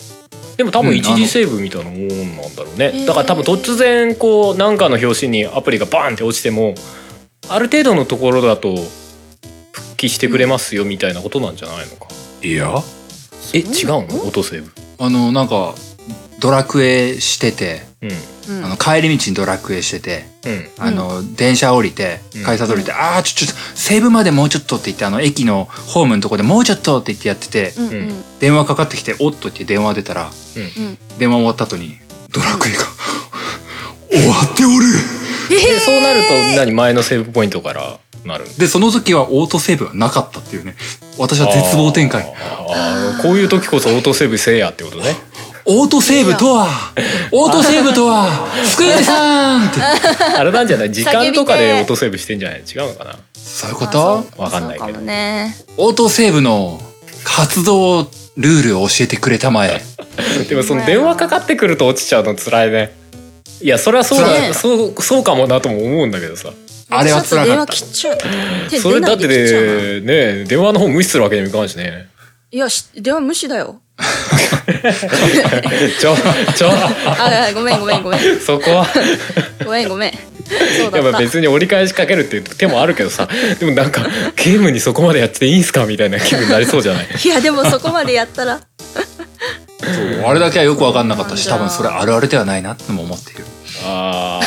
D: でも多
A: う
D: 分
A: ん
D: 一時セーブみたいなもんなんだろうね、
C: へー
D: だから多分突然こう何かの表紙にアプリがバーンって落ちてもある程度のところだと復帰してくれますよみたいなことなんじゃないのか、
A: いや
D: え違うのオートセーブ
A: あの、なんか、ドラクエしてて、
D: うん
C: うん
A: あの、帰り道にドラクエしてて、
D: うん
A: あの、電車降りて
D: うん、
A: 改札降りて、ああ、ちょ、ちょ、西武までもうちょっとって言って、あの、駅のホームのとこでもうちょっとって言ってやってて、
C: うんう
D: うん
C: ん。
A: 電話かかってきて、おっとって電話出たら、
D: うん
A: 電話終わった後に、ドラクエが、終わっておる
D: でそうなると何前のセーブポイントからなる
A: で、その時はオートセーブはなかったっていうね、私は絶望展開。
D: あーあーこういう時こそオートセーブせえやってこと
C: *laughs*
D: ね
A: オートセーブとは、オートセーブとは、福江さんって。
D: あれなんじゃない時間とか
C: 叫び
D: で
C: て
D: オ
C: ー
D: ートセーブしてんじゃない違うのかな
A: そういうこ
C: あ
A: と
C: そう
D: わかんないけど
C: そうかもね。
A: オートセーブの活動ルールを教えてくれたまえ。
D: でもその電話かかってくると落ちちゃうの辛いねいやそれはそうだ、
C: ね
D: そうそうかもなとも思うんだけどさ
A: あれは
C: ちょ
A: 辛
C: っと電
A: かっ
C: 話
A: た。
C: 切っちゃう。手
D: それ
C: 出な
D: だっ
C: い
D: て
C: で切っちゃうな。
D: ねね電話の方無視するわけにもいかんしね
C: *laughs* いや、し電話無視だよ。
D: ちょちょ
C: あ、ごめんごめんごめ
D: *laughs*
C: ん。
D: そこは
C: ごめんごめん。そうだ
D: やっ
C: っ
D: ぱ
C: た。
D: 別に折り返しかけるっていう手もあるけどさでもなんかゲームにそこまでやっていいんすかみたいな気分になりそうじゃ
C: *laughs*
D: ない
C: いや、でもそこまでやったら。
A: そうあれだけはよくわかんなかったし、
C: そうな
A: 多
C: んだ
A: 分それあるあるではないなってのも思っている。
D: あ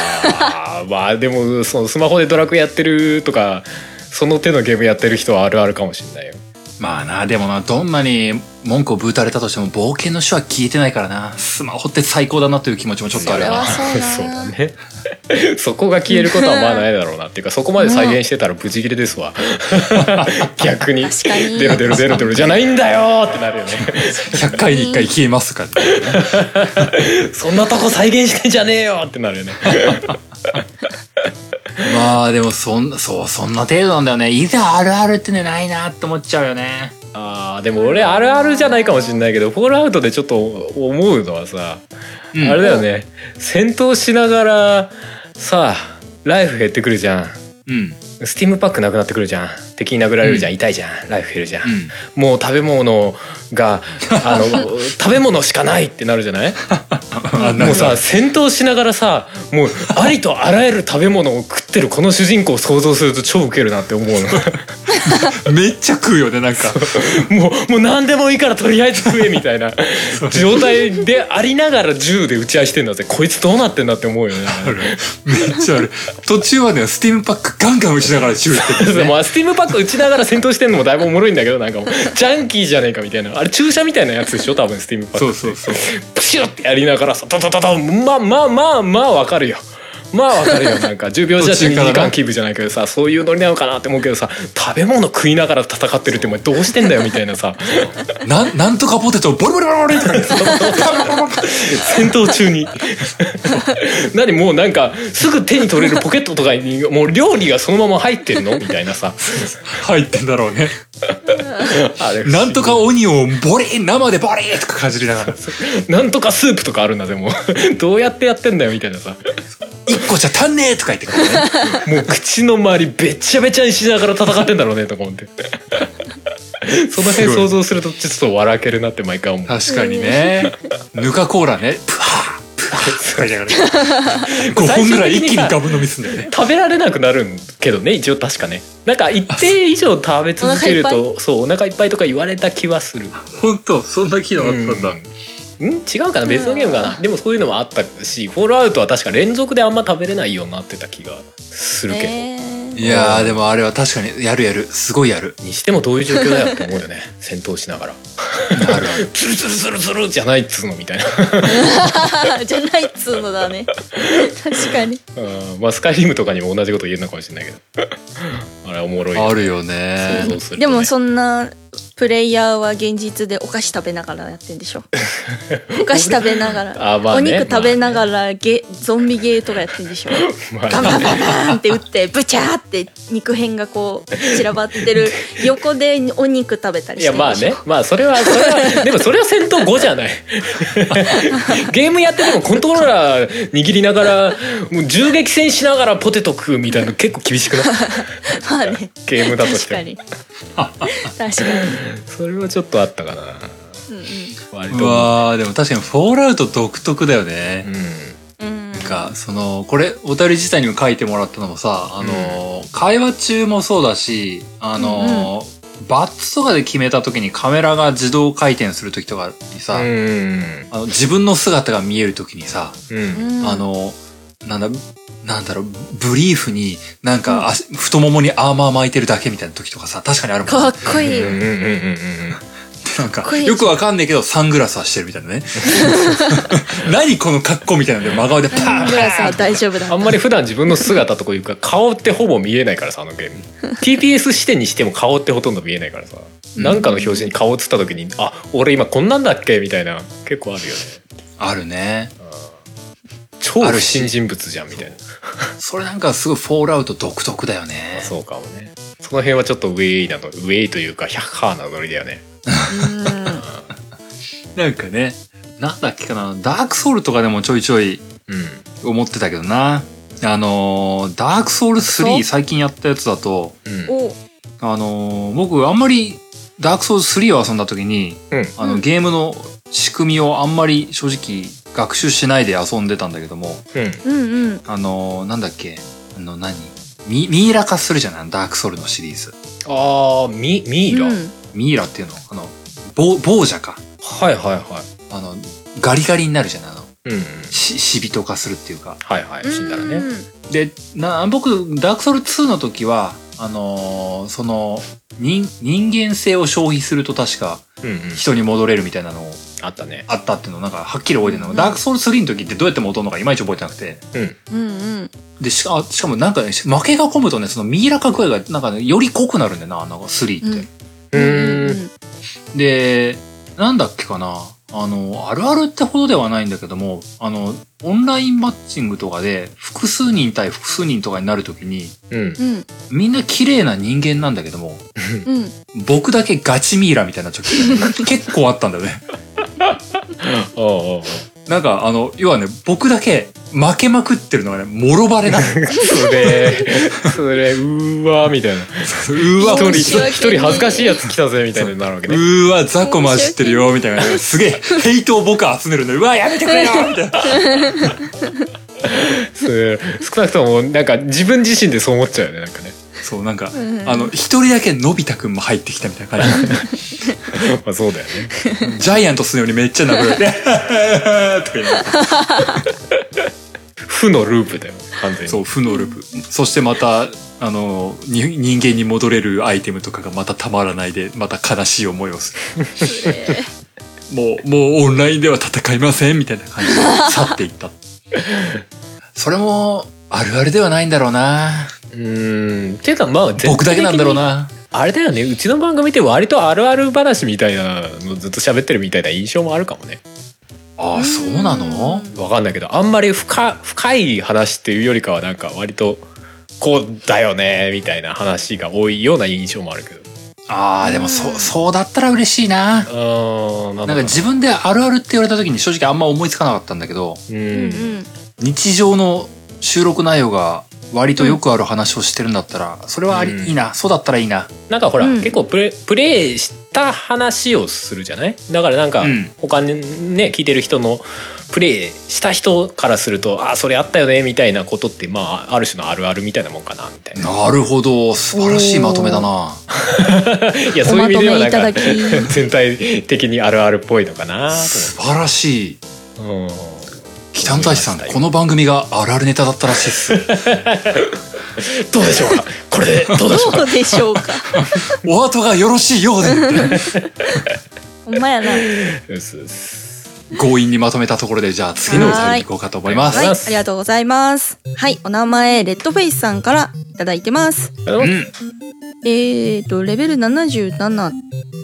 D: ーまあでもそのスマホでドラクエやってるとかその手のゲームやってる人はあるあるかもしんないよ
A: まあな、でもな、どんなに文句をぶーたれたとしても冒険の手は消えてないからな。スマホって最高だなという気持ちもちょっとあるよ
C: それは
A: な。
C: そうだな
D: そうだね *laughs* そこが消えることはまあないだろうなっていうかそこまで再現してたらブチギレです
C: *laughs*
D: わ逆に
C: 確かに
D: デロデロデロデロじゃないんだよーってなるよね
A: 100回に1回消えますかって。
D: そんなとこ再現してんじゃねえよってなるよね
A: まあでもそん、そう、そんな程度なんだよね。いざあるあるってね、ないなって思っちゃうよね。
D: あーでも俺あるあるじゃないかもしんないけどフォールアウトでちょっと思うのはさ、
A: うん
D: あれだよね戦闘しながらさライフ減ってくるじゃん
A: うん。
D: スティームパックなくなってくるじゃん敵に殴られるじゃん、痛いじゃんライフ減るじゃん、もう食べ物があの食べ物しかないってなるじゃない
A: *laughs* あな
D: も
A: ん
D: う
A: か
D: さ戦闘しながらさもうありとあらゆる食べ物を食ってるこの主人公を想像すると超ウケるなって思うの
A: めっちゃ食うよねなんか
D: もうもう何でもいいからとりあえず食えみたいな状態でありながら銃で打ち合いしてんだぜこいつどうなってんだって思うよね。
A: めっちゃある途中はねスティームパックガンガン打ちながらチューしてる
D: まあ、スティームパック打ちながら戦闘してんのもだいぶおもろいんだけどなんかもうジャンキーじゃねえかみたいなあれ注射みたいなやつでしょ多分スティームパッ
A: そう
D: ク
A: そうそう
D: プシュってやりながらさトトトトまあまあまあまあわかるよまあわかるよなんか10秒じゃ
A: 途中
D: 2
A: から
D: 時
A: な
D: 間キープじゃないけどさそういうノリなのかなって思うけどさ食べ物食いながら戦ってるってお前どうしてんだよみたい
A: *laughs*
D: なさ
A: なんなんとかポテトをボリボリボリボリって
D: 戦闘中に *laughs* 何もうなんかすぐ手に取れるポケットとかにもう料理がそのまま入ってるのみたい
A: *laughs*
D: なさ
A: 入ってんだろうね
D: あれ
A: なんとかオニオンをボリー生でボリーとかかじりながら
D: なんとかスープとかあるんだぜも *laughs* うどうやってやってんだよみたいなさ
A: 一個じゃ足んねえとか言ってくるね
D: もう口の周りべっちゃべちゃにしながら戦ってんだろうねとか思ってその辺想像するとちょっと笑けるなって毎回思う
A: 確かにねぬかコーラねプハープハーとか言いながら5本ぐ *laughs* らい一気にガブ飲みすんだよね
D: 食べられなくなるんけどね一応確かねなんか一定以上食べ続ける
C: お腹い
D: とそうお腹いっぱいとか言われた気はする
A: 本当そんな機能
D: うん違うかな別のゲームかなでもそういうのもあったしフォールアウトは確か連続であんま食べれないようになってた気がするけど、
C: えー
A: いやーでもあれは確かにやるやるすごいやる
D: にしてもどういう状況だよって思
A: *laughs*
D: うよね戦闘しながら
A: あるある
D: ツルツルツルツルじゃないっつうのみたいな
C: *laughs* じゃないっつうのだね確かに
D: うんまあスカイリムとかにも同じこと言えるのかもしれないけど *laughs* あれおもろいよ
A: あるよ
D: 想
A: ね
D: 像するとね
C: でもそんなプレイヤーは現実でお菓子食べながらやってんで
D: *laughs*
C: しょお菓子食べながら、
D: あまあ
C: お
D: ね
C: 肉食べながらゲゾンビゲーとかやってんで
D: *laughs*
C: しょ
D: まあ
C: バンバンバンバンって打ってブチャーって肉片がこう散らばってる横でお肉食べたり
D: い
C: して
D: や
C: るでしょ
D: まあねまあそれはそれは *laughs* でもそれは戦闘後じゃない *laughs* ゲームやっててもコントローラー握りながらもう銃撃戦しながらポテト食うみたいなの結構厳しく
C: *laughs*
D: ない
C: まあね
D: ゲームだとし
C: 確
D: ても
C: かに確かに、
D: それはちょっとあったかな
C: うんうん
D: 割
A: う
D: と
A: わーでも確かにフォールアウト独特だよね、
D: うん
C: うん
A: なんかそのこれお便り自体にも書いてもらったのもさあの、会話中もそうだしあの、バッツとかで決めた時にカメラが自動回転する時とかにさ、
D: うん
A: あの自分の姿が見える時にさ、
D: うん
C: うん
A: あのなんだなんだろうブリーフになんか足、太ももにアーマー巻いてるだけみたいな時とかさ確かにあるもん
C: かっこいい、
D: うんうんうんうんうん
A: なん
C: かっ
A: か、
C: こいい
A: よくわかんないけど、サングラスはしてるみたいな
C: *laughs*
A: ね。何この格好みたいなので、真顔でパーン
C: ぐらいさ大丈夫だ
D: あんまり普段自分の姿とかいうか顔ってほぼ見えないからさあのゲーム TPS 視点にしても顔ってほとんど見えないからさ
A: うん
D: なんかの表示に顔映った時に「あ俺今こんなんだっけ?」みたいな結構あるよね
A: あるね。
D: 超
A: あ
D: 不
A: るし
D: 審人物じゃんみたいな
A: それなんかすごいフォールアウト独特だよね。
D: そうかもねその辺はちょっとウェイなのウェイというか100ハーなノリだよね
C: う
A: なんかね、なんだっけかな、ダークソウルとかでもちょいちょい
D: うん
A: 思ってたけどな。あのー、ダークソウル3最近やったやつだと、
D: うん
C: ん、お
A: あのー、僕あんまり、ダークソウル3を遊んだ時に、
D: うん
A: あの、
C: うん
A: ゲームの仕組みをあんまり正直学習しないで遊んでたんだけども、
D: うん
C: うんうん
A: あのー、なんだっけあの何、ミミイラ化するじゃないダークソウルのシリーズ。
D: あーミミイラ、
C: うん
A: ミイラっていうのあの、ぼ亡者か。
D: はいはいは
A: あの、ガリガリになるじゃないあの、
D: いうんうん
A: し、死人化するっていうか。
D: はいはい死んだらね
A: で、な、僕、ダークソウル2の時は、あのーその、人、人間性を消費すると確か
D: うんうん
A: 人に戻れるみたいなの
D: あったね
A: あったっていうのをなんかはっきり覚えてるのが、
C: うん
A: ダークソウル3の時ってどうやって戻るのかいまいち覚えてなくて。
D: うん
C: うんうん
A: で、しかあしかもなんかね、し負けが込むとね、そのミイラ化具合がなんかね、より濃くなるんだよな、なんか3って。
C: うん
D: う
C: うん
D: ーん
C: うん
A: で、なんだっけかな。あの、あるあるってほどではないんだけども、あの、オンラインマッチングとかで、複数人対複数人とかになるときに、
D: うん
C: うん
A: みんな綺麗な人間なんだけども、
C: うん
A: 僕だ *laughs* けガチミイラみたいな時がね結構あったんだよね。
D: おうおうおう
A: なんかあの要はね僕だけ負けまくってるのがねもろ
D: *laughs*
A: バレなの
D: それ、それ、うーわーみたいな。
A: うわ
D: 一人、
C: 面白い
D: 一人恥ずかしいやつ来たぜみたいになるわけね。
A: うーわ、雑魚混じってるよ、みたいな。すげえ、ヘイトを僕集めるの。うわ、やめてくれよみたい
D: *laughs*
A: な。
D: それ少なくとも、なんか自分自身でそう思っちゃうよね、なんかね。
A: そう、なんか、
C: ん
A: あの、一人だけのび太くんも入ってきたみたいな感
D: まあそうだよね。
A: じ。ジャイアントするようにめっちゃ殴られて、とか言いながら
D: 負のループだよ、完全に。
A: そう、負のループ。そしてまた、あの、に人間に戻れるアイテムとかがまたたまらないで、また悲しい思いをする。もう、もうオンラインでは戦いません、みたいな感じで去っていった。それも、あるあるではないんだろうな。
D: うーん。ていうかまあ、
A: 僕だけなんだろう。な。
D: あれだよね、うちの番組って割とあるある話みたいなのずっと喋ってるみたいな印象もあるかもね。
A: ああ、そうなの
D: わかんないけど、あんまり深、深い話っていうよりかはなんか割と、こうだよね、みたいな話が多いような印象もあるけど。
A: ああ、でもそう、そうだったら嬉しいな。
D: あー、なん
A: なんか自分であるあるって言われた時に正直あんま思いつかなかったんだけど、
D: う。
C: うんん
A: 日常の収録内容が割とよくある話をしてるんだったら、それはあり、
D: うん
A: いいな。そうだったらいいな。
D: なんかほら、
C: うん
D: 結構プレプレイした話をするじゃないだからなんか
A: うん
D: 他にね聞いてる人のプレイした人からするとあそれあったよねみたいなことってまあある種のあるあるみたいなもんかなみたいな。
A: なるほど。素晴らしいまとめだな。
D: いやそういう意味ではなん
C: おま
D: か
C: とめいただき
D: *laughs* 全体的にあるあるっぽいのかな
A: 素晴らしい。
D: と思って。
A: 北野大志さん、
D: 思いましたよ
A: この番組があるあるネタだったらしいっす。
D: うんどうでしょうかこれでどうでしょうか
C: どうでしょうか
A: *laughs* お後がよろしいようで。
C: ほんまやなは
D: うっすうっす
A: 強引にまとめたところで、じゃあ次のお題に行こうかと思います。
C: い
D: は
C: あ
D: い
C: りがとうございますはいお名前レッドフェイスさんからいただいてます
A: うん。
C: えーと、レベル77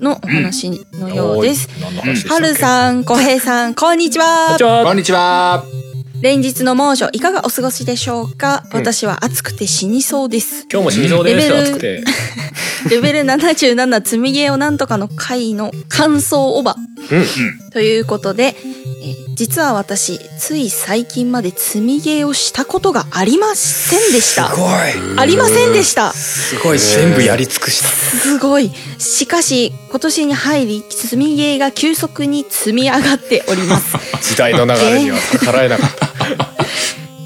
C: のお話のようです。
D: おい何の話でしたっ
C: は
D: け
C: るさん、こへいさん、こんにち
D: こん
C: は
D: にち。は
A: こんにちは。
C: 連日の猛暑、いかがお過ごしでしょうか、私は暑くて死にそうです。
D: 今日も死にそうです
C: レベル
D: 暑くて。
C: レベル77積みゲーをなんとかの回の感想オバ。
D: うん
C: ということで、えー実は私、つい最近まで積みゲーをしたことがありませんでした。
D: ご
C: ありませんでした。
D: すごい全部やり尽くした。
C: すごい。しかし、今年に入り、積みゲーが急速に積み上がっております。
D: 時代の流れには逆らえなかった。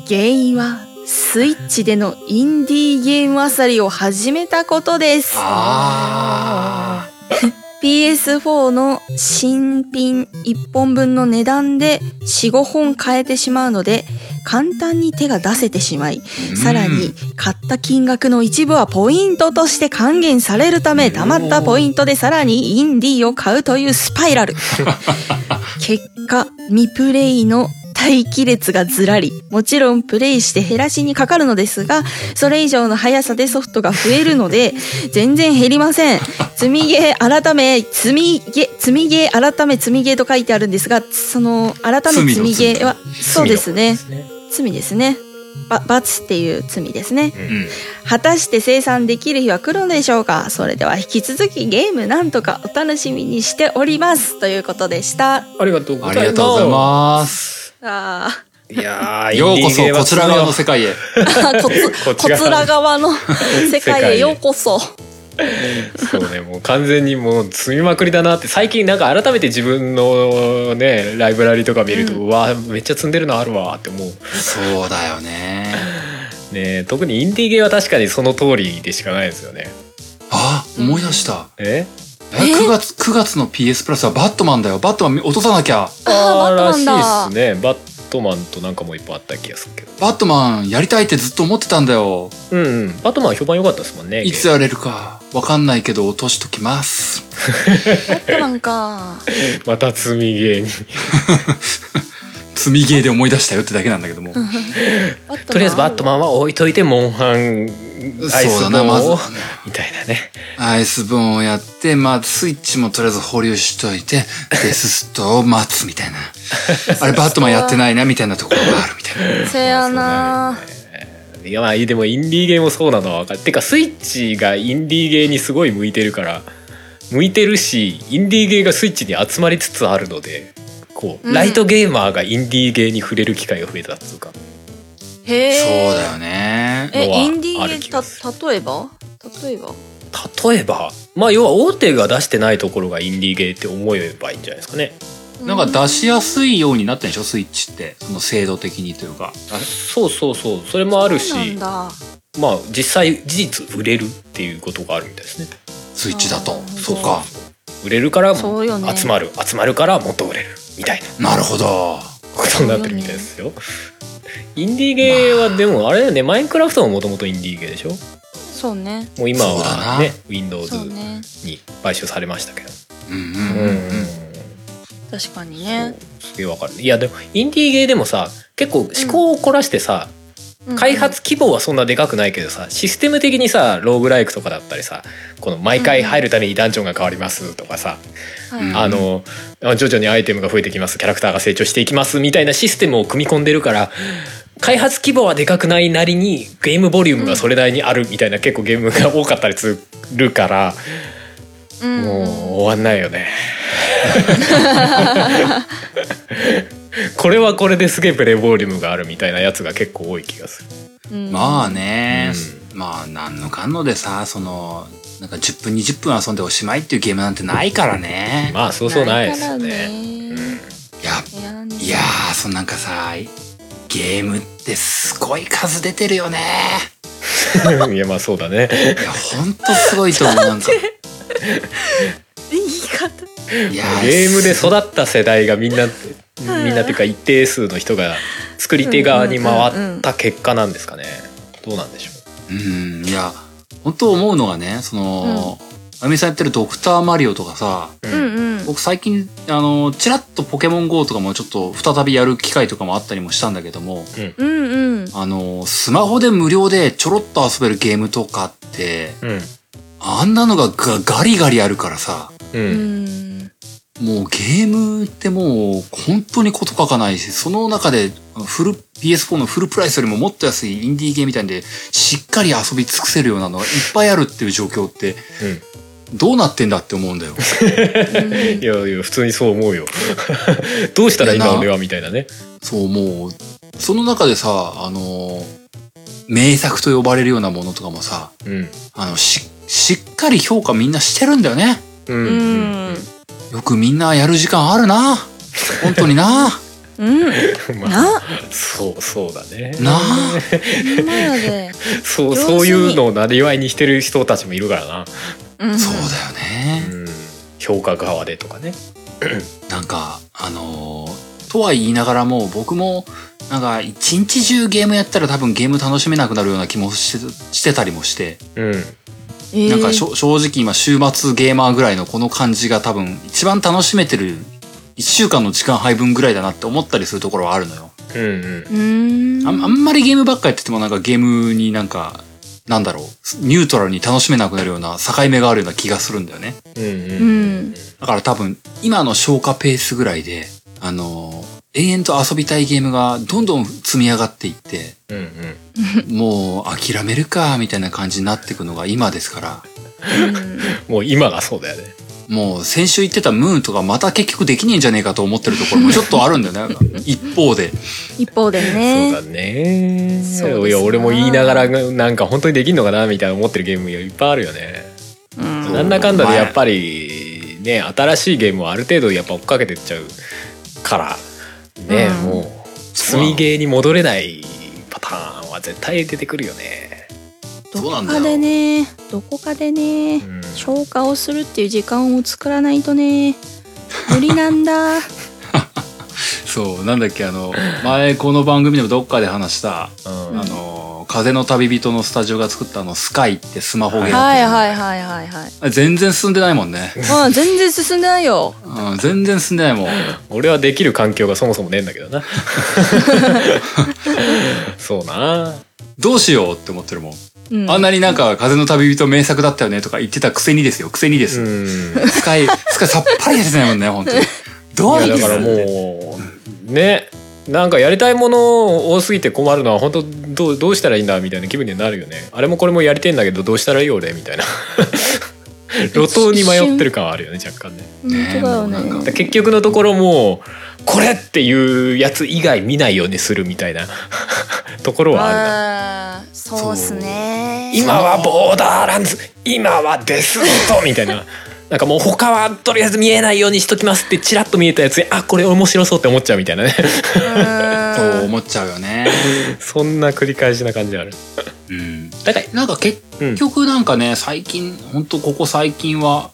C: 原因は、スイッチでのインディーゲームあさりを始めたことです。
A: あ
C: PS4 の新品1本分の値段で4、5本買えてしまうので、簡単に手が出せてしまい、
A: ー
C: さらに、買った金額の一部はポイントとして還元されるため、溜まったポイントでさらにインディーを買うというスパイラル。結果、未プレイの待機列がずらり。もちろんプレイして減らしにかかるのですが、それ以上の速さでソフトが増えるので、全然減りません。積みゲー改め、積みゲー、積みゲー改め積みゲーと書いてあるんですが、その、改め積みゲーは、そうですね。罪ですね。ば罰っていう罪ですね。
A: うん
C: 果たして生産できる日は来るのでしょうかそれでは引き続きゲームなんとかお楽しみにしております。ということでした。
D: ありがとうご
A: あ
D: ざ
A: り
D: い
A: がとうござい
D: ま
A: ます。
C: あー
D: す。いやー
A: ようこそ、こちら側の
D: 世
A: 世界へ。
C: こ
D: こ
C: つ、こ
D: ちら
C: つら側の世界へようこそ。
D: 界。そうね、もう完全にもう積みまくりだなって、最近なんか改めて自分のね、ライブラリとか見ると、
C: う
D: うわーめっちゃ積んでるのあるわーって思う。
A: そうだよね。
D: ね特にインディーゲーは確かにその通りでしかないですよね。
A: あ、思い出した。
D: え
A: え、9月、9月の PS プラスはバットマンだよ。バットマン落とさなきゃ。
C: あーバットマンだ
D: らしいですね。バットマンとなんかもいっぱいあった気がするけど。
A: バットマンやりたいってずっと思ってたんだよ。
D: うんうん。バットマンは評判良かったですもんね。
A: いつやれるか、わかんないけど落としときます。
C: バットマンか。
D: また積みゲーに。
A: 積みゲーで思い出したよってだけなんだけども。
D: とりあえずバット
C: マン。
D: マンは置いといてモンハンアイ
A: そう
D: ス
A: だ
D: ボ
A: な、
D: ーン
A: まず
D: を。みたいなね
A: アイスボーンをやって、まあ、スイッチもとりあえず保留しとい *laughs* て、デスストを待つみ *laughs* たいな。あれ、バットマンやってないな、みたいなところがあるみたいな。
C: せやな。
D: いやまあでもインディーゲーもそうなのは分かるてかスイッチがインディーゲーにすごい向いてるから向いてるしインディーゲーがスイッチに集まりつつあるのでこう、
C: うん
D: ライトゲーマーがインディーゲーに触れる機会が増えたっていうか
C: へえ
A: そうだよね
C: え
D: のは
C: インディー
D: あ
C: ゲ
D: る
C: ー
D: 気がす
C: た例えば例えば
D: 例えばまあ要は大手が出してないところがインディーゲーって思えばいいんじゃないですかね
A: なんか出し
C: や
A: やすいようになってんでしょスイッチってその精度的にというか
D: そうそうそうそれもあるし
C: なんだ
D: まあ実際事実売れるっていうことがあるみたいですね
A: スイッチだと
C: あー
A: そうか
D: 売れるから
C: そうよね
D: 集まる、集まるからもっと売れるみたいな
A: なるほど
D: ことになってるみたいですよインディーゲーはでもあれだよねマインクラフトももともとインディーゲーでしょ
C: そうね
D: もう今
A: そうだ
D: は
A: な
D: ね Windows
C: そうね
D: に買収されましたけど
A: うんう
D: うんんう
A: うんんうん
C: 確かに
D: うん
C: ね
D: すげえわかるいやでもインディーゲーでもさ結構思考を凝らしてさ、開発規模はそんなでかくないけどさシステム的にさローグライクとかだったりさこの毎回入るためにダンジョンが変わりますとかさ、
C: うん
A: うん
D: あの徐々にアイテムが増えてきますキャラクターが成長していきますみたいなシステムを組み込んでるから開発規模はでかくないなりにゲームボリュームがそれなりにあるみたいな、結構ゲームが多かったりするから、
C: うん
D: もう終わんないよね。これはこれですげえプレイボリュームがあるみたいなやつが結構多い気がする。
C: うん
A: まあね、まあ何のかんのでさそのなんか10分20分遊んでおしまいっていうゲームなんてないからね、
D: まあそうそうないですよ
C: から
D: ね。
A: いや
C: いやね
A: いやーそのなんかさゲームってすごい数出てるよね
D: *laughs* いやまあそうだね。
A: いやほんとすごいと思う
D: *laughs*
A: なんか
C: 言い方
A: いや
D: ゲームで育った世代がみんなみんなっていうか一定数の人が作り手側に回った結果なんですかね。どうなんでしょ
A: うんいや本当思うのがねその、あゆみさんやってる「ドクターマリオ」とかさ
D: う。
C: う
D: うん
C: んうん
A: 僕最近あのちらっと「ポケモン GO」とかもちょっと再びやる機会とかもあったりもしたんだけども
C: うんうん
A: あのスマホで無料でちょろっと遊べるゲームとかって
D: うん
A: あんなのががガリガリあるからさ
D: う
C: うんん
A: もうゲームってもう本当にこと書かないし、その中でフル、PS4 のフルプライスよりももっと安いインディーゲームみたいんで、しっかり遊び尽くせるようなのがいっぱいあるっていう状況って、どうなってんだって思うんだよ。
C: うん
D: いやいや普通にそう思うよ。 *laughs* どうしたらいいんだ俺はみたいなね。
A: そう、もう、その中でさ、あの、名作と呼ばれるようなものとかもさ、
D: うん
A: あの、し、しっかり評価みんなしてるんだよね。
D: う
C: うんん
A: よくみんなやる時間ある
C: *laughs*
A: な。本当にな。
C: うん
D: うんまあ
C: な
D: *laughs* そうそうだね。
A: な
C: 今まで
D: そう
C: 上手に
D: そういうのをなりわいにしてる人たちもいるからな。
C: うん
A: そうだよね。
D: うん評価側でとかね。
A: なんか、あのーとは言いながらも、僕も、なんか、一日中ゲームやったら多分ゲーム楽しめなくなるような気もしてしてたりもして、
D: うん
C: えー
A: なんかしょ正直今週末ゲーマーぐらいのこの感じが多分一番楽しめてる一週間の時間配分ぐらいだなって思ったりするところはあるのよ。
D: うんうん
C: うーん
A: あんあんまりゲームばっかやっててもなんかゲームになんか、なんだろう、ニュートラルに楽しめなくなるような境目があるような気がするんだよね。
D: うん
C: う
D: うん。
C: ん
A: だから多分、今の消化ペースぐらいで、あのー、延々と遊びたいゲームがどんどん積み上がってい *laughs* って、
D: うんうん
A: もう諦めるか、みたいな感じになっていくのが今ですから、
C: うん
D: もう今がそうだよね。
A: もう先週言ってたムーンとかまた結局できねえんじゃねえかと思ってるところもちょっとあるんだ *laughs* よね。一方で。
C: 一方で
D: そうだ
C: ね
D: ね
C: そうですない
D: や俺も言いながらなんか本当にできんのかなみたいな思ってるゲームがいっぱいあるよね
C: うん
A: そう
D: なんだかんだでやっぱりね新しいゲームをある程度やっぱ追っかけてっちゃうからね、
C: うん
D: もう積みゲーに戻れないパターンは絶対出てくるよね、
C: ど
A: そうな
C: こ
A: んだ
C: か
A: よ
C: でねどこかでね
D: うん、
C: 消化をするっていう時間を作らないとね無理な
A: *laughs*
C: んだ
A: そう、なんだっけ、あの、前この番組でもどっかで話した、
D: うん
A: あのー、風の旅人のスタジオが作ったあの、スカイってスマホゲーム。
C: はいはいはいはいは
A: *laughs*
C: い
A: い。全然進んでないもんね。
C: まあ全然進んでないよ
A: うん、全然進んでないもん。
D: 俺はできる環境がそもそもねえんだけど
C: *laughs*
D: なそうな
A: どうしようって思ってるもん。
C: うん
A: あんなになんか、風の旅人名作だったよねとか言ってたくせにですよ、くせにで
D: う
A: す。
D: ん
A: スカイ、スカイさっぱり出てないもんね、本当に。どう
D: *laughs* い
A: に
D: や
A: で
D: だ
A: す
D: からもうねなんかやりたいもの多すぎて困るのは本当ど *laughs* うどうしたらいいんだみたいな気分になるよねあれもこれもやりてんだけどどうしたらいいよ俺みたいな路頭に迷ってる感はあるよね若干ね
A: ね
C: 本当だよね
A: えもうなん
D: だから結局のところもうこれっていうやつ以外見ないようにするみたいな *laughs* ところはあるな
E: うんそうっすね
D: 今はボーダーランズ今はデスノートみたいななんかもう他はとりあえず見えないようにしときますってチラッと見えたやつにあこれ面白そうって思っちゃうみたいなね
A: そう思っちゃうよね。
D: そんな繰り返しな感じある
A: うん。
D: だから
A: なんか結局なんかね、最近、ほんとここ最近は、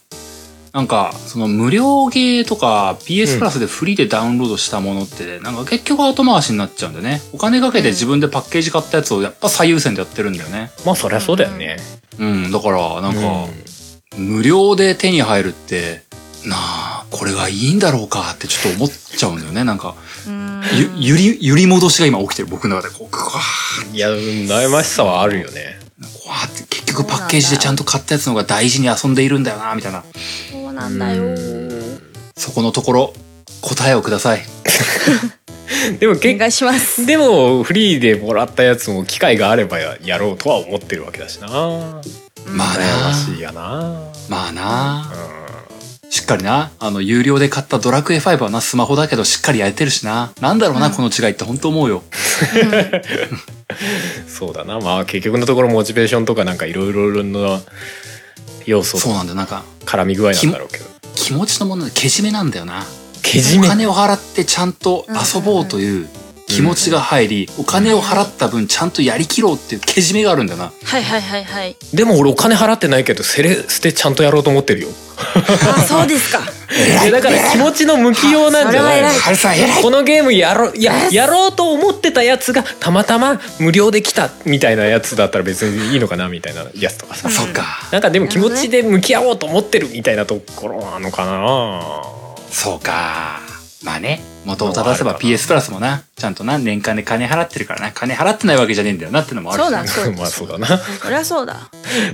A: なんか、その無料ゲーとか PS プラスでフリーでダウンロードしたものって、なんか結局後回しになっちゃうんだよね。お金かけて自分でパッケージ買ったやつをやっぱ最優先でやってるんだよね。
D: まあそりゃそうだよね
A: うん、だから、なん
D: う
A: か、無料で手に入るって、なあ、これがいいんだろうかってちょっと思っちゃうんだよね。なんか、
E: うん
A: ゆ、ゆり、揺り戻しが今起きてる僕の中で、こう、ぐわー
D: いや悩ましさはあるよね
A: こわーって結局パッケージでちゃんと買ったやつの方が大事に遊んでいるんだよな、みたいな。
E: そうなんだよ
A: そこのところ、答えをください。
D: でも
C: お願
D: 結
C: いします
D: でもフリーでもらったやつも機会があればやろうとは思ってるわけだしな悩
A: まあな
D: ま、しいやな
A: まあな、しっかりな、あの、有料で買ったドラクエ5はな、スマホだけどしっかりやれてるしな。なんだろうな、この違いって本当思うよ。
D: そうだなまあ結局のところモチベーションとかなんかいろいろな要素
A: そうなんだよ、なんか、
D: 絡み具合なんだろうけど
A: 気持ちの問題、けじめなんだよな。
D: けじ
A: お
D: め
A: 金を払ってちゃんと遊ぼうという気持ちが入り、お金を払った分ちゃんとやりきろうっていうけじめがあるんだよな。
E: はいはいはいはい
D: でも俺お金払ってないけどセレステちゃんとやろうと思ってるよ
E: あそうですか
D: いやだから気持ちの向きようなんじゃない
E: それは偉い
A: ハルさん偉い
D: このゲームやろいややろうと思ってたやつがたまたま無料で来たみたいなやつだったら別にいいのかなみたいなやつとかさ、
A: そっか、
D: なんかでも気持ちで向き合おうと思ってるみたいなところなのかな
A: そうか。まあね、元を正せば PS プラスもな、ちゃんとな、年間で金払ってるからな、金払ってないわけじゃねえんだよなってのもあるし
C: そうだそう
D: *laughs* ま
C: だ
D: あそうだな
C: *laughs* そりゃそうだ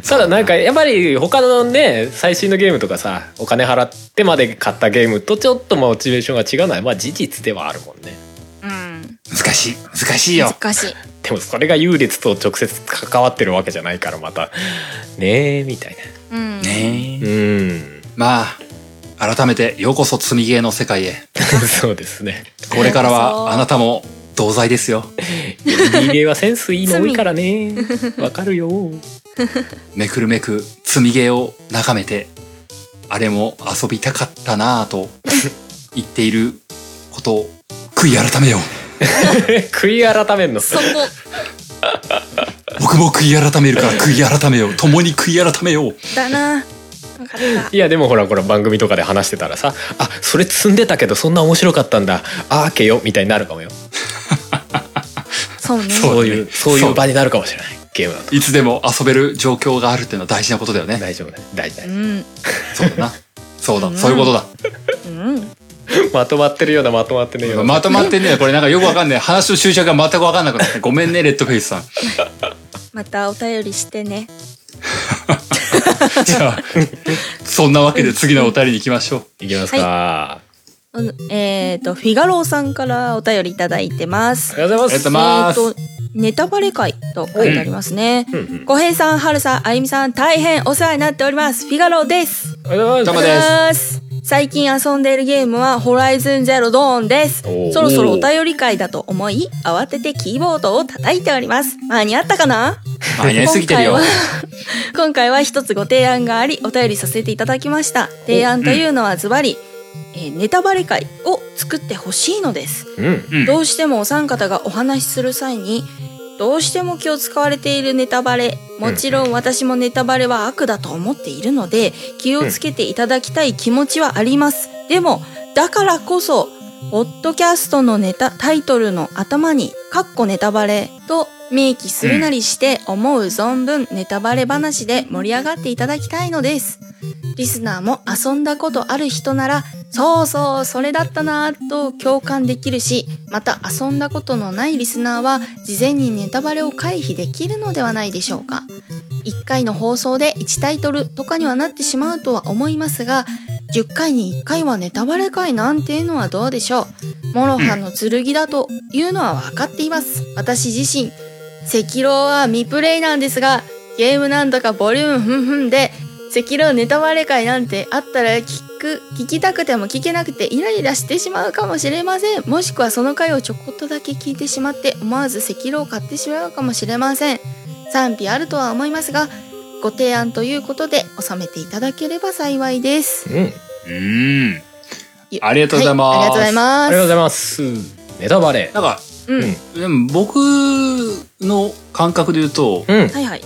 D: ただなんかやっぱり他のね最新のゲームとかさお金払ってまで買ったゲームとちょっとモチベーションが違うのはまあ事実ではあるもんね
E: うん
A: 難しい、難しいよ。
E: 難しい
D: でもそれが優劣と直接関わってるわけじゃないからまたねえみたいな
E: うん
A: ねえ。
D: *laughs* うん
A: まあ、改めてようこそ積みゲーの世界へ。
D: そうですね
A: これから
E: ようこ
A: は
E: そ
A: あなたも同罪ですよ。
D: D ゲーはセンスいいの多いからねわかるよ *laughs*
A: めくるめく積みゲーを眺めて、あれも遊びたかったなぁと言っていることを悔い改めよう。
D: 悔い改めんの
E: そこ
A: 僕も悔い改めるから悔い改めよう。共に悔い改めよう。
C: だな分かった
D: いやでもほらこれ番組とかで話してたらさあそれ積んでたけどそんな面白かったんだあーけよみたいになるかもよ
C: そうね
D: そういうそうい
A: そう
D: う場になるかもしれないゲームだと
A: いつでも遊べる状況があるっていうのは大事なことだよね。
D: 大丈夫だよ大事だ
C: う
D: よ
C: ん
A: そうだな。そうだ、
C: うん
A: そういうことだ。
C: うん
D: まとまってるようなまとまってないような
A: まとまってんねこれなんかよくわかんない。話の終着が全くわかんなくなって。ごめんね、レッドフェイスさん。
C: またお便りしてね
A: じゃあ、そんなわけで次のお便りに行きましょう。
D: いきますか、
C: うんえっ、とフィガローさんからお便りいただいてます
D: ありがとうござい
A: あ
D: ます
A: りがとうございます
C: えーとネタバレ会と書いてありますね
D: んうん
C: 小平さん、はるさん、あゆみさん大変お世話になっておりますフィガローです
D: ありがとうございます
A: どうもです
C: 最近遊んでいるゲームはホライズンゼロドーンです
D: おー
C: そろそろお便り会だと思い慌ててキーボードを叩いております間に合ったかな
A: 間に合いすぎてるよ
C: 今。今回は *laughs* 一つご提案がありお便りさせていただきました提案というのはズバリ、えーネタバレ会を作ってほしいのです、
D: うん
A: うん
C: どうしてもお三方がお話しする際にどうしても気を使われているネタバレもちろん私もネタバレは悪だと思っているので気をつけていただきたい気持ちはありますでもだからこそポッドキャストのネタタイトルの頭に「かっこネタバレ」と明記するなりして思う存分ネタバレ話で盛り上がっていただきたいのですリスナーも遊んだことある人なら、そうそう、それだったなぁと共感できるし、また遊んだことのないリスナーは、事前にネタバレを回避できるのではないでしょうか。1回の放送で1タイトルとかにはなってしまうとは思いますが、10回に1回はネタバレ回なんていうのはどうでしょう。モロハの剣だというのは分かっています。私自身、赤狼は未プレイなんですが、ゲームなんだかボリュームふんふんで、赤狼ネタバレ会なんてあったら聞く聞きたくても聞けなくてイライラしてしまうかもしれませんもしくはその回をちょこっとだけ聞いてしまって思わず赤狼を買ってしまうかもしれません賛否あるとは思いますがご提案ということで収めていただければ幸いです
D: うん。
A: うん。ありがとうございます
C: はありがとうござ
D: あ
C: いま
D: り
C: す
D: がとうございます。ネタバレ。
A: なんか、
C: うん
D: うん
A: でも僕の感覚で言うと、
D: うん。
C: はいはい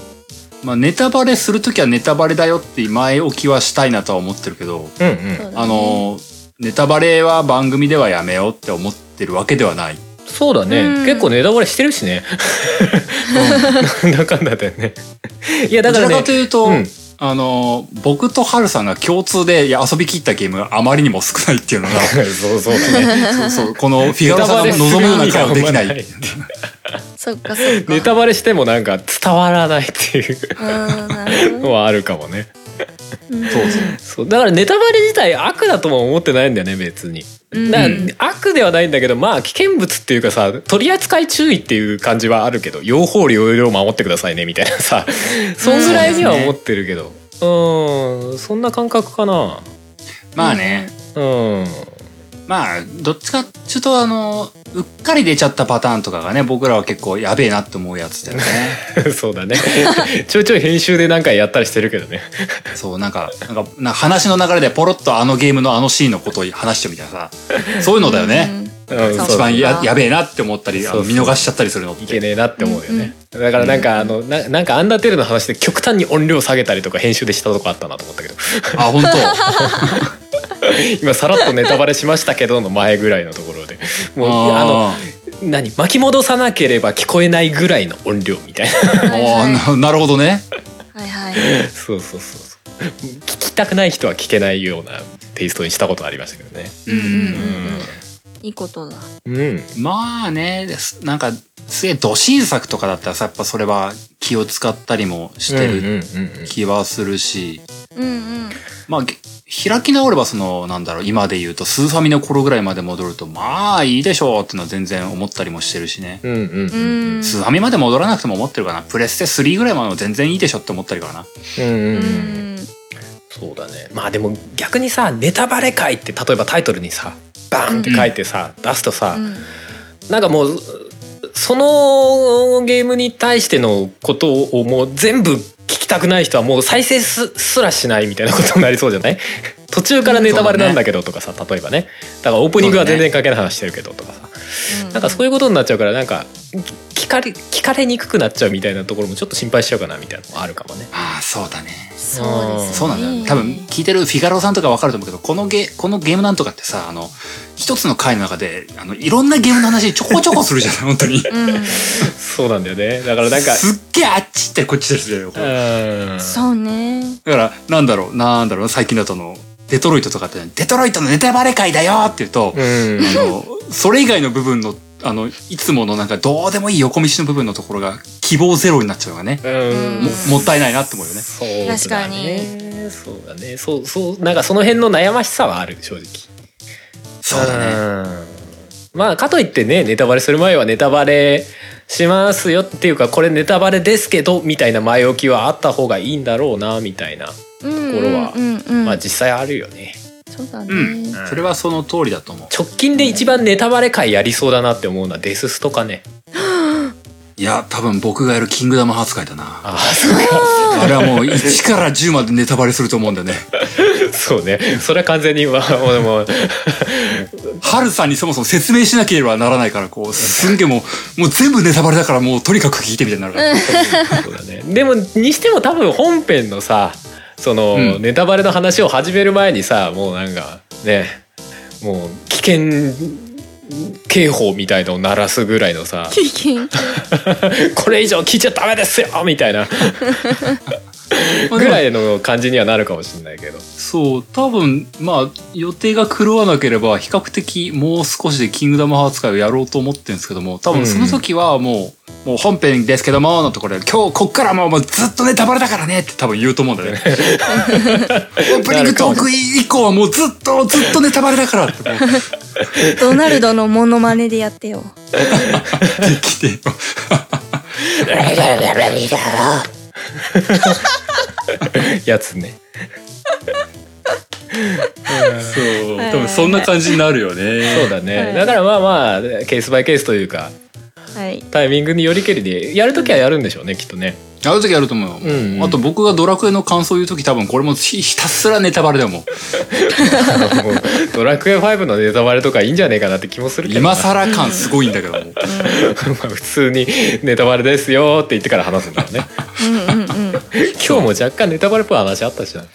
A: まあ、ネタバレするときはネタバレだよって前置きはしたいなとは思ってるけど、
D: うん
C: そう
D: うん。
C: だね
A: あの、ネタバレは番組ではやめようって思ってるわけではない。
D: そうだね。
C: うん
D: 結構ネタバレしてるしね。 *laughs* なんだかんだだよね。いやだ
A: だ
D: か
A: かららかと。
D: ね
A: いうと、
D: うん
A: あの、僕とハルさんが共通でいや遊びきったゲームがあまりにも少ないっていうのが、
D: *laughs* そうそうだね。
A: そうそう、このフィガロさんが望むような顔できない。
C: そっかそっか
D: *laughs* ネタバレしてもなんか伝わらないっていう
C: うーんなるほど
D: のはあるかもね。
A: そうそう。
D: そうだからネタバレ自体悪だとも思ってないんだよね別に。
C: うん
D: だから悪ではないんだけどまあ危険物っていうかさ取り扱い注意っていう感じはあるけど用法量量守ってくださいねみたいなさそんぐらいには思ってるけどうんそんな感覚かな
A: まあね、
D: うん *laughs*
A: まあ、どっちかちょっとあの、うっかり出ちゃったパターンとかがね、僕らは結構やべえなって思うやつだ
D: *laughs*
A: よね。
D: そうだねちょいちょい編集でなんかやったりしてるけどね
A: そう、なんか、なんか、なんか話の流れでポロッとあのゲームのあのシーンのことを話してみたいなさ、そういうのだよね。
D: うん
C: そう
A: 一番ややべえなって思ったり、あ
D: そ
A: の
D: うそう
A: 見逃しちゃったりするのっ
D: いけ
A: て。
D: ねえなって思うよね、だからなんかあのななんかアンダーテールの話で極端に音量下げたりとか編集でしたとこあったなと思ったけど *laughs*
A: あ、本当。
D: 今さらっとネタバレしましたけどの前ぐらいのところで *laughs* もうあの
A: あ
D: 何巻き戻さなければ聞こえないぐらいの音量みたいな *laughs*
A: ーあー、ななるほどね。
C: はいはい
D: そうそうそうそう聞きたくない人は聞けないようなテイストにしたことありましたけどね
A: うん
C: うんいいことだ
D: うん
A: まあね、ですなんか、すげえド新作とかだったらさ、やっぱそれは気を使ったりもして
D: うん
A: る
D: うんうん
A: 気はするし、
C: うんうん
A: まあ、げ開き直ればその、なんだろう、今で言うと、スーファミの頃ぐらいまで戻ると、まあいいでしょうってのは全然思ったりもしてるしね。
D: うんうんうんうん
C: うん
A: スーファミまで戻らなくても思ってるかな。プレステ3ぐらいまでも全然いいでしょって思ったりかな。
D: うん
C: う
D: うん
C: ん
D: そうだねまあでも逆にさネタバレ会って例えばタイトルにさバーンって書いてさ、出すとさ、なんかもうそのゲームに対してのことをもう全部聞きたくない人はもう再生すすらしないみたいなことになりそうじゃない *laughs* 途中からネタバレなんだけどとかさ、例えばねだからオープニングは全然関係ない話してるけどとかさ、なんかそういうことになっちゃうからなんかき聞かれ聞かれにくくなっちゃうみたいなところもちょっと心配しちゃうかなみたいなのもあるかもね。 *laughs*
A: ああ、そうだね。
C: そうですね
A: そうなんだよ、ね。多分、聞いてるフィガロさんとかわかると思うけど、このゲ、このゲームなんとかってさ、あの、一つの回の中で、あの、いろんなゲームの話ちょこちょこするじゃない、本当に。
C: うん
D: そうなんだよねだからなんか
A: すっげえあっちってこっちですよ。こ
D: う
A: れだ
D: ん
C: そうね
A: から、なんだろう、なんだろう、最近だとあの、デトロイトとかって、デトロイトのネタバレ会だよって言うと、
D: うん
A: あの、それ以外の部分の、あの、いつものなんかどうでもいい横道の部分のところが希望ゼロになっちゃうのがね、
D: うん
A: ももったいないなって思うよね。
D: そうだね
C: 確かに
D: そうだねそうそうなんかその辺の悩ましさはある正直
A: そうだね。
D: ねまあかといってねネタバレする前はネタバレしますよっていうかこれネタバレですけどみたいな前置きはあった方がいいんだろうなみたいな、
C: うんうん
D: ところは
C: うんうん
D: まあ実際あるよね
C: そうだね
A: うん。それはその通りだと思う。
D: 直近で一番ネタバレ回やりそうだなって思うのはデススとかね
A: いや、多分僕がやるキングダムハーツ会だな。
D: ああそう
A: あれはもう1から10までネタバレすると思うんだよね。
D: そうねそれは完全にまあもうもう
A: ハルさんにそもそも説明しなければならないから、こう、すんげえもう、もう全部ネタバレだからもうとにかく聞いてみたいになるから。
D: そうだね。 *laughs* でもにしても多分本編のさその、
A: うん
D: ネタバレの話を始める前にさもうなんかねもう危険警報みたいのを鳴らすぐらい
A: *laughs*
D: のさ
C: 危険
D: これ以上聞いちゃダメですよ
A: *laughs*
D: みたいなぐらいの感じにはなるかもしれないけど
A: そう、多分、まあ、予定が狂わなければ、比較的もう少しでキングダムハーツ会をやろうと思ってるんですけども、多分その時はもう、もう本編ですけども、のところで、今日こっからもうもうずっとネタバレだからねって多分言うと思うんだよね。オープニングトーク以降はもうずっと、ずっとネタバレだからってもう
C: ドナルドのモノマネでやってよ
A: できて。
D: やつね。
A: そう
C: はい
A: 多分そんな感じになるよね
D: そうだね、
C: はい
D: だからまあまあケースバイケースというか
C: はい。
D: タイミングによりけりでやるときはやるんでしょうねきっとね。
A: やる時やると思うよ、
D: うんうん
A: あと僕がドラクエの感想言う時多分これもひひたすらネタバレだもん
D: もうドラクエ5のネタバレとかいいんじゃねえかなって気もするけどな
A: 今更感すごいんだけども
D: *laughs* まあ普通にネタバレですよって言ってから話すんだ *laughs* ろうね
C: うんうんうん。
D: 今日も若干ネタバレっぽい話あったじゃん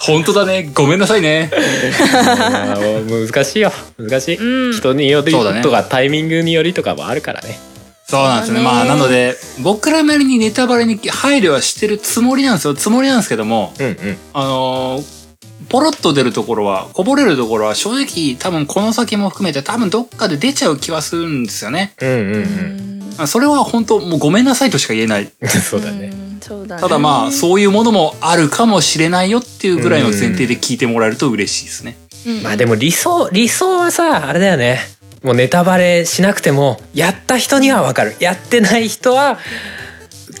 A: 本当だねごめんなさいね
D: あーもう難しいよ難しい、
E: うん
D: 人により
A: そうだね
D: とかタイミングによりとかもあるからね
A: そうなんですね。
E: そうだね
A: まあ、なので、僕らなりにネタバレに配慮はしてるつもりなんですよ。つもりなんですけども、
D: うんうん
A: あのーポロッと出るところは、こぼれるところは、正直、多分この先も含めて、多分どっかで出ちゃう気はするんですよね。
D: うんうん
A: まあそれは本当、もうごめんなさいとしか言えない。
D: うん *laughs* そうだね、
E: んそうだね
A: ただまあ、そういうものもあるかもしれないよっていうぐらいの前提で聞いてもらえると嬉しいですね。
E: うん
D: まあでも理想理想はさあれだよねもうネタバレしなくてもやった人にはわかるやってない人は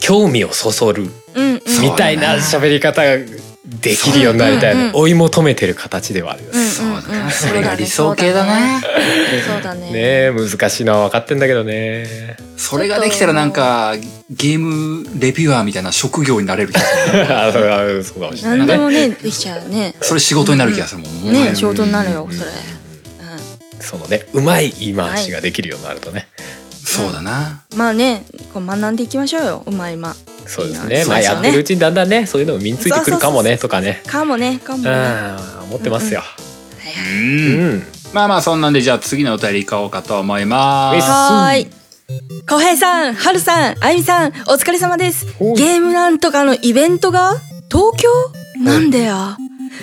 D: 興味をそそる
E: うんうん
D: みたいな喋り方ができるようになりたいよ
E: そ
D: ね、
E: うだね
D: 追い求めてる形ではあるよね、
E: うんうんうん
A: それが理想形だな。
E: そうだね
D: ねえ難しいのは分かってんだけどね *laughs*
A: それができたらなんか、ゲームレビュアーみたいな職業になれる気がする。
D: あそれはそうかもしれ
E: 何
D: ない
E: で
D: ね
E: もねできちゃうね
A: それ仕事になる気がするもん。もはや
E: ね仕事になるよそれ
D: そのねうまい言い回しができるようになるとね、
A: そうだな。
C: うん。まあね、こう学んでいきましょうよ。うまいま。
D: そうです
C: い
D: ね
C: いな
D: まあ
C: そうです
D: や
C: よね
D: ってるうちにだんだんねそういうのも身についてくるかもね
C: そ
D: とかね
C: かもね、かも
D: う
C: ね。
D: ん
C: は
D: 思ってますよ、
A: う
D: うん
A: ん。まあまあそんなんでじゃあ次のお便り行こうかと思いま
D: ういっ
A: す。
D: す
C: ーい。浩平さん、はるさん、あゆみさん、お疲れ様です。
D: おい
C: ゲームなんとかのイベントが東京なんでや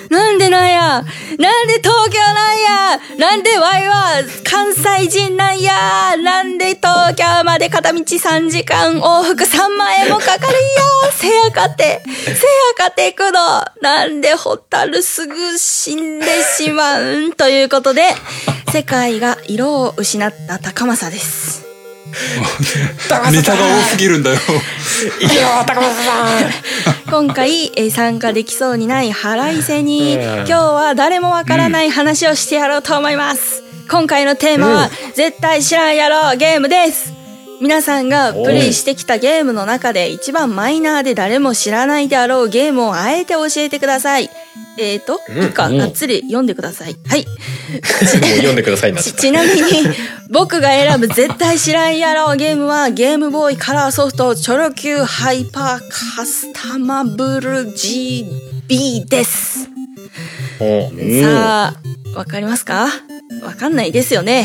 C: なんでなんやなんで東京なんやなんでわいは関西人なんやなんで東京まで片道3時間往復3万円もかかるんやせやかて、せやかてくのなんでホタルすぐ死んでしまうんということで、世界が色を失った高政です。
A: ネタが多すぎるんだよ。
C: 今回、えー参加できそうにない腹いせに
D: うん
C: 今日は誰もわからない話をしてやろうと思います今回のテーマは、絶対知らんやろゲームです皆さんがプレイしてきたゲームの中で一番マイナーで誰も知らないであろうゲームをあえて教えてくださいえーと、以下、がっつり読んでください。はい。
D: もう読んでください
C: *laughs*
D: になっちゃ
C: ち
D: っ
C: ちなみに、僕が選ぶ絶対知らんやろうゲームは、ゲームボーイカラーソフト、チョロ Q ハイパーカスタマブル GB です。
D: たもう
C: さあ、わかりますかわかんないですよね。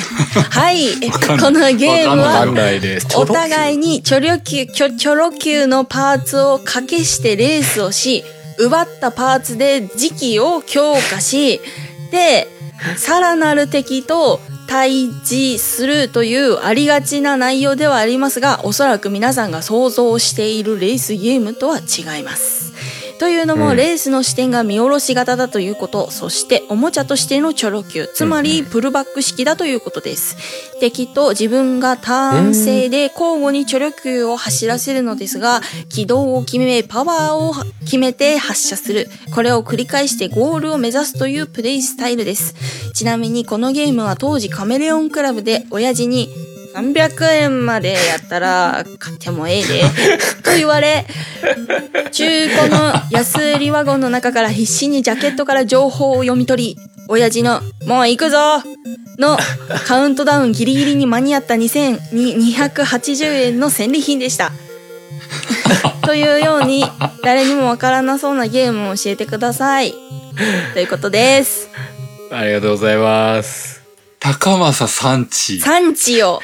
C: はい。えこのゲーム
A: わか
D: 案
A: ん
C: は、
D: 内です
C: お互いにチョロ Q、チョチョロ Q のパーツを掛けしてレースをし、奪ったパーツで時期を強化し、で、さらなる敵と対峙するというありがちな内容ではありますが、おそらく皆さんが想像しているレースゲームとは違います。というのも、レースの視点が見下ろし型だということ、そしておもちゃとしてのチョロ Q、つまりプルバック式だということです。敵と自分がターン制で交互にチョロ Q を走らせるのですが、軌道を決め、パワーを決めて発射する。これを繰り返してゴールを目指すというプレイスタイルです。ちなみにこのゲームは当時カメレオンクラブで親父に300円までやったら買ってもええで、と言われ、中古の安売りワゴンの中から必死にジャケットから情報を読み取り、親父の、もう行くぞのカウントダウンギリギリに間に合った2280円の戦利品でした。というように、誰にもわからなそうなゲームを教えてください。ということです。
D: ありがとうございます
A: *laughs* 高政産地。
C: 産地を。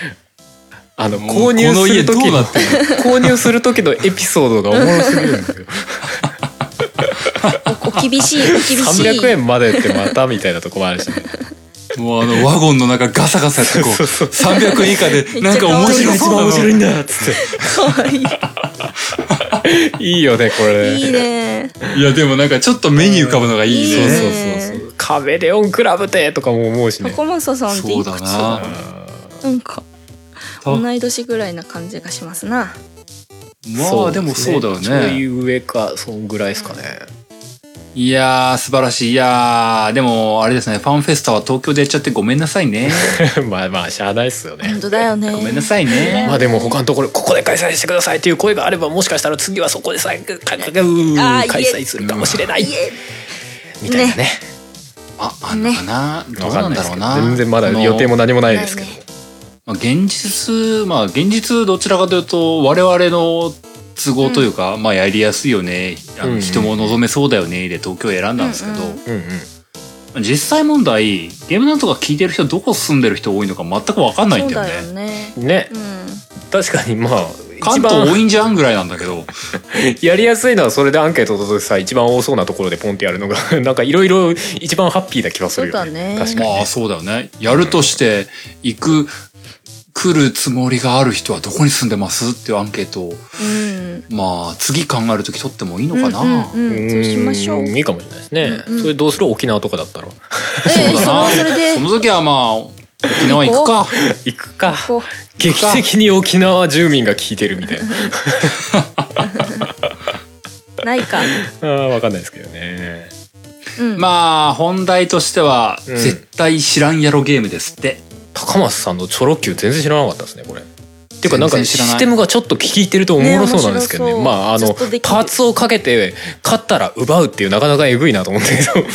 D: あの
A: もう
D: 購入する
A: この家ど
D: 時
A: う
D: の
A: なって
D: *laughs* 購入する時のエピソードがおもろすぎるんです
C: *laughs*
D: よ
C: お厳しい、お厳しい。
D: 300円までってまたみたいなとこもあるしね
A: もうあのワゴンの中ガサガサやってこう。300円以下で、なんか面白そうだな。
D: いんだっつっ
C: かわい
D: ていいよねこれ
C: *laughs* い。いいね。
A: いやでもなんかちょっと目に浮かぶのがいい
C: いい
D: そう
A: ね。
D: そうそうそうカメレオンクラブでとかも思うしね
C: 高政さんって
A: そ
C: いうく
A: だ
C: つな
A: な。
C: んか、同い年ぐらいな感じがしますな。
A: まあでもそうだよ
D: ちょい
A: ね。
D: 上かそんぐらいですかね、
A: *laughs* いやー素晴らしい。いやーでもあれですね、ファンフェスタは東京でやっちゃってごめんなさいね。
D: まあまあしゃあないっすよね
E: 本当だよね。
A: ごめんなさいね。
D: まあでも他のところここで開催してくださいという声があればもしかしたら次はそこでさかかかう
E: あー
D: 開
E: い
D: 催
E: え
D: するかもしれない
E: いえ
D: みたいなね
A: あ、あんのかな、どうなんだろうな。
D: わかんいですけど全然まだ
A: その
D: 予定も何もないですけど
E: ないね
A: まあ、現実、まあ、現実どちらかというと、我々の都合というか、まあ、やりやすいよね。あの
D: うん
A: 人も望めそうだよね。で、東京を選んだんですけど、
E: うんうん
D: うんうん
A: 実際問題、ゲームなんとか聞いてる人、どこ住んでる人多いのか全くわかんない
C: そ
A: ん
C: う
A: だよ
C: だよ
A: ね。
C: ね。
D: ね
C: うん。
D: 確かにまあ
A: 関
D: 一
A: 東多
D: 番
A: いんじゃんぐらいなんだけど、
D: やりやすいのはそれでアンケートとさ一番多そうなところでポンってやるのが *laughs* なんかいろいろ一番ハッピーな気がするよね
C: そうだね
D: 確か
A: *laughs*
D: に
A: まあ、そうだよね。やるとして、行く、来るつもりがある人はどこに住んでますっていうアンケートを、
C: うん。
A: まあ、次考えるとき取ってもいいのかな。
C: うんうんうん、そうしましょう。
D: ーんいいかもしれないですね、
C: うんうん
D: それどうする沖縄とかだった
C: *laughs*
D: ら
C: ええ
A: そう
C: そ
A: だ
C: の
A: な
C: それで
A: その時はまあ、沖縄行くか。
D: 行くか
C: こ
D: 劇的に沖縄住民が聞いてるみたいな *laughs*
C: うないか。
D: あーわかんないですけどね
C: うん。
A: まあ、本題としては、
D: うん
A: 絶対知らんやろゲームですって。
D: 高松さんのチョロ Q 全然知らなかったですねこれっていうかなんか
A: 全然知らない
D: システムがちょっと聞いてるとおもろそうなんですけどね
C: ね面白そう
D: まああ
C: ち
D: の
C: ょっとできる
D: パーツをかけて勝ったら奪うっていうなかなかえぐいなと思 *laughs* ったけど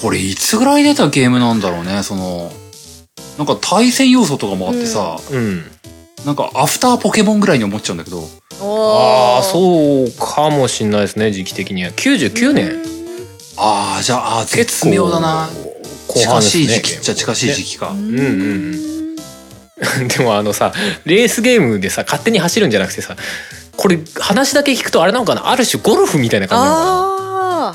A: これ、いつぐらい出たゲームなんだろうね、その。なんか対戦要素とかもあってさ、
D: うん
A: なんかアフターポケモンぐらいに思っちゃうんだけど、
D: ああそうかもしんないですね時期的には99年
A: ああ、じゃあ、あー
D: 結
A: 絶
D: 構
A: 妙だな。
D: 後
A: 近
D: 半です
A: し
D: ね
A: い時期っちゃ近しい時期か。
D: うんうんうんでもあのさレースゲームでさ勝手に走るんじゃなくてさこれ話だけ聞くとあれなのかなある種ゴルフみたいな感じなのかな
E: あ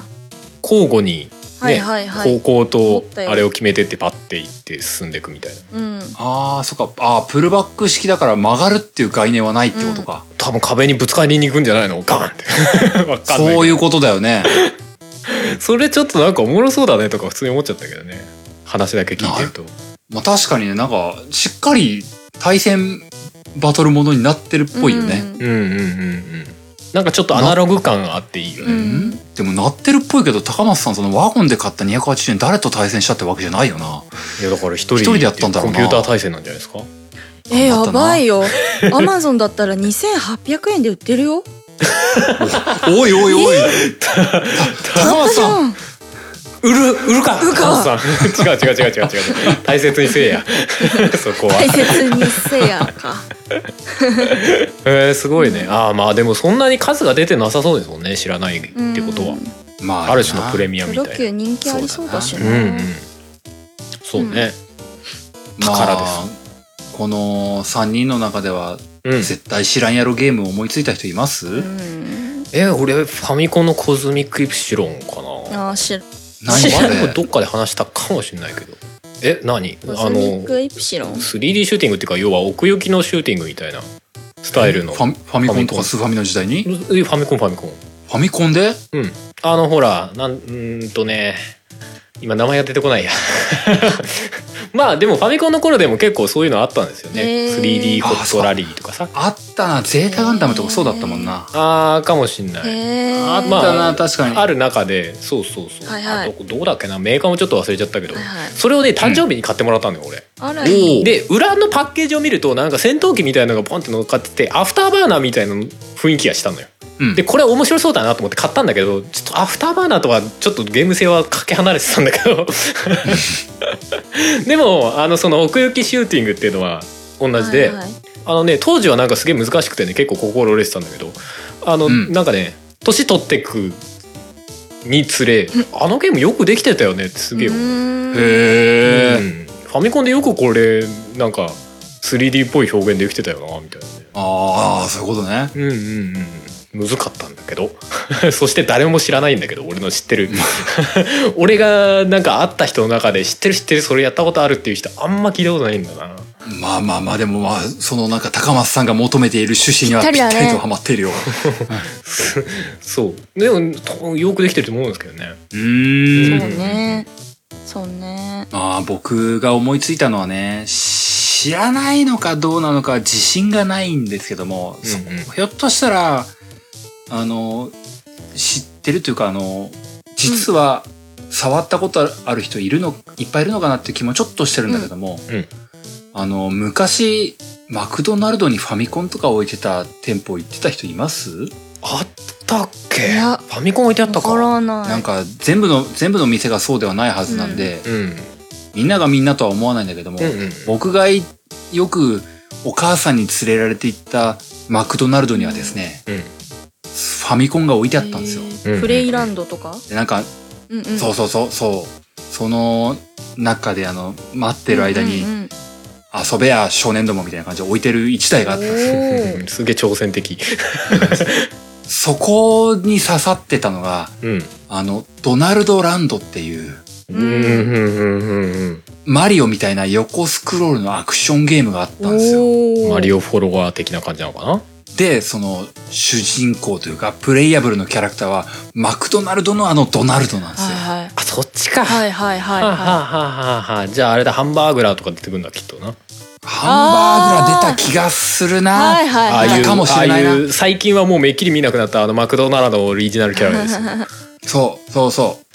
D: 交互に、ね
E: あはいはいはい。
D: 方向と
E: 思ったよ
D: あれを決めてってパッていって進んでいくみたいな
E: うん。
A: ああ、そっか。ああ、プルバック式だから曲がるっていう概念はないってことか。
D: 多分壁にぶつかりに行くんじゃないのガンって *laughs* わかんない
A: そういううことだよね。
D: それちょっとなんかおもろそうだねとか普通に思っちゃったけどね話だけ聞いてると
A: まあ確かにね、なんか、しっかり対戦バトルものになってるっぽいよね。
D: うんうんうんうんなんかちょっとアナログ感があっていいよ
A: う
D: ね
A: んでもなってるっぽいけど、高松さんそのワゴンで買った280円誰と対戦したってわけじゃないよ *laughs* な。
D: いやだから一人
A: 一人でやったんだろう
D: コ
A: な
D: ンピューター対戦なんじゃないですか
C: ええやば
A: *laughs*
C: いよ。アマゾンだったら2800円で売ってるよ。
A: おいおいおい。高松
C: じゃ
A: さん、
C: ん。
D: 売る売るか売るか違う違う違う違う違う大切にせえや *laughs* そこ
C: 大
D: は
C: 切にせやか。
D: えー、すごいねああまあでもそんなに数が出てなさそうですもんね知らないってことは
A: まあ
D: ある種のプレミアみた
C: プロ
D: いな
C: 級人気ありそうだし
D: うんうん
C: な。
D: そうね、
A: から
D: 宝
A: で。
D: です
A: この3人の中では
D: うん
A: 絶対知らんやろゲームを思いついた人います、
C: うん。
D: え俺ファミコンのコズミックイプシロンかな
C: ああ、知らん。
A: 何
D: ま
A: そ
D: あでも
A: れ
D: どっかで話したかもしれないけどえ何
C: コ
D: あ
C: ズミ
D: の
C: ックエプシロン。
D: 3D シューティングっていうか要は奥行きのシューティングみたいなスタイルの
A: ファ
D: フ
A: ミファミコンとかスーファミの時代に
D: ァミコンファミコン
A: ファミコンで
D: うんあのほらなんうーんとね今名前が出てこないや *laughs* まあでもファミコンの頃でも結構そういうのあったんですよね、
C: へー
D: 3D ホットラリーとかさ
A: あったな、ゼータガンダムとかそうだったもんな。
D: あーかもしんない
C: へえ。
D: あ
A: あったな、確かに。
D: ある中でそうそうそう、
C: はいは
D: あ
C: い
D: どこどうだっけなメーカーもちょっと忘れちゃったけど、
C: はいはい
D: それをね誕生日に買ってもらったのよ俺
C: あら、
A: おう
D: で裏のパッケージを見るとなんか戦闘機みたいなのがポンって乗っかっててアフターバーナーみたいな雰囲気がしたのよ
A: うん
D: でこれ面白そうだなと思って買ったんだけどちょっとアフターバーナーとはちょっとゲーム性はかけ離れてたんだけ
A: *laughs*
D: どでもあのその奥行きシューティングっていうのは同じで、
C: はいはい
D: あのね当時はなんかすげえ難しくてね結構心折れてたんだけどあの、
A: うん
D: なんかね年取ってくにつれあのゲームよくできてたよねってすげえ
C: う
D: 思う、
C: ーん
A: へー
D: うんファミコンでよくこれなんか 3D っぽい表現できてたよなみたいなね
A: ああ、そういうことね。
D: うんうんうん難かったんだけど *laughs* そして誰も知らないんだけど俺の知 *laughs* ってる俺がなんか会った人の中で知ってる知ってるそれやったことあるっていう人あんま聞いたことないんだ *laughs* な
A: まあまあまあ、でもまあ、そのなんか高松さんが求めている趣旨にはぴ
E: ぴ
A: っ
E: ったりだ
A: た
E: ね
A: りとハマっているよ。
D: そうでも多分よくできてると思うんですけどね
A: うー。
C: そうんね。そうね。
A: まあ僕が思いついたのはね、し知らないのかどうなのか自信がないんですけども、そ
D: うんうん
A: ひょっとしたら、あの、知ってるというか、あの、実は、触ったことある人いるの、いっぱいいるのかなっていう気もちょっとしてるんだけども、
D: うんうん
A: あの、昔、マクドナルドにファミコンとか置いてた店舗行ってた人います
D: あったっけ
E: いや
D: ファミコン置いてあった
E: わ
D: か
E: からない。
A: なんか全部の、全部の店がそうではないはずなんで、
D: うん、うん
A: みんながみんなとは思わないんだけども、
D: うん
A: 僕がよくお母さんに連れられて行ったマクドナルドにはですね、
D: うん
A: ファミコンが置いてあったんですよ。
C: へ
D: うん
C: ープレイランドとか
A: でなんか、
C: うんうん
A: そうそうそう、そう。その中であの、待ってる間に、
C: うんうん
A: 遊べや少年どもみたいな感じで置いてる一台があったんですよ。
D: うんすげえ挑戦的
A: そこに刺さってたのが、
D: うん
A: あの、ドナルドランドっていう、
D: うんうんうんうん
A: マリオみたいな横スクロールのアクションゲームがあったんですよ。
C: お
D: うん
C: お
D: マリ
C: オ
D: オフォロワー的な感じなのかな
A: で、その主人公というか、プレイヤブルのキャラクターは、マクドナルドのあのドナルドなんですよ。
E: はいはい。
D: あそっちかは
E: はいはいはいい
D: は
E: は
D: あはあはあはあじゃああれだハンバーグラーとか出てくるんだきっとな
A: ハンバーグが出た気がする
E: い。
A: な。
E: はいはい
D: あ
E: は
D: あ
E: い。
D: い
A: かも
D: う
A: し
D: あ
A: れな
D: あ。
A: いない
D: う最近はもうめっきり見なくなったあのマクドナルドのオリジナルキャラですよ
A: そう、そうそう。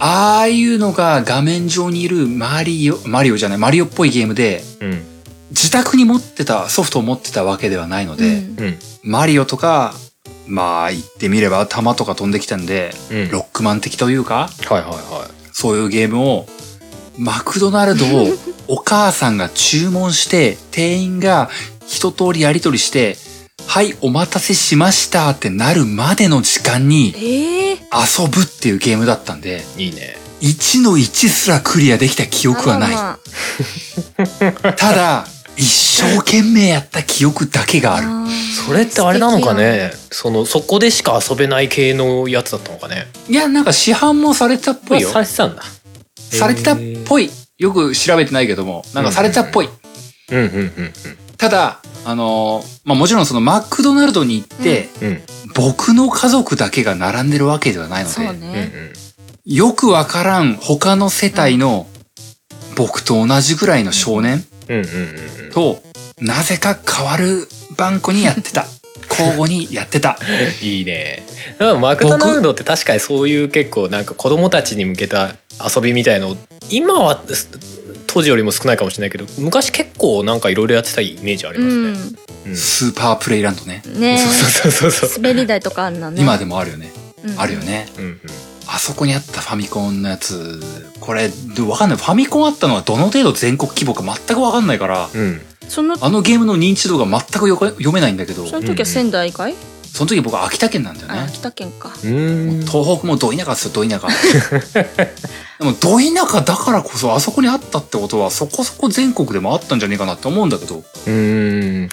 A: ああいうのが画面上にいるマリオ、マリオじゃない、マリオっぽいゲームで、
D: うん
A: 自宅に持ってた、ソフトを持ってたわけではないの
E: う
A: で、
E: ん
D: うん
A: マリオとか、まあ言ってみれば弾とか飛んできたんで、
D: うん
A: ロックマン的というか、
D: はいはいは
A: そういうゲームを、マクドナルドをお母さんが注文して、店員が一通りやり取りして、はい、お待たせしましたってなるまでの時間に
C: ええ
A: 遊ぶっていうゲームだったんで、
D: いいいね
A: 1の1すらクリアできた記憶はない。
C: あ
A: ただ、一生懸命やった記憶だけがある。
D: それってあれなのかねそのそこでしか遊べない系のやつだったのかね
A: いや、なんか市販もされてたっぽいよ。
D: されてたんだ
A: されてたっぽい。よく調べてないけども、なんかされてたっぽい。
D: うんうんうん
A: ただ、あのーまあ、もちろんそのマクドナルドに行って、
D: うんうん
A: 僕の家族だけが並んでるわけではないの
E: そう
A: で、
D: うんう
E: ね。
D: ん
A: よくわからん他の世帯の僕と同じぐらいの少年
D: うんうんうんうん
A: と、なぜか変わる番組にやってた。交互にやってた。
D: *laughs* いいねでもマクドナルドって確かにそういう結構なんか子供たちに向けた遊びみたいの今はす当時よりも少ないかもしれないけど昔結構なんかいろいろやってたイメージあり
C: う
D: ますね、
C: ん
D: うん
A: スーパープレイランドね。
C: ねえ
D: そうそうそうそう、
C: 滑り台とかあんなね
A: 今でもあるよね。
C: うん
A: あるよね。
D: うんうん、
A: あそこにあったファミコンのやつ、これ、でわかんない。ファミコンあったのはどの程度全国規模か全くわかんないから、
D: うん、
C: その
A: あのゲームの認知度が全くよか読めないんだけど、
C: その時は仙台かい
A: その時僕は秋田県なんだよ
C: あ
A: ね。
C: 秋田県か
D: うん
A: 東北もど田舎ですよ、ど田舎。でもど田舎だからこそあそこにあったってことはそこそこ全国でもあったんじゃねえかなって思うんだけど、
D: うん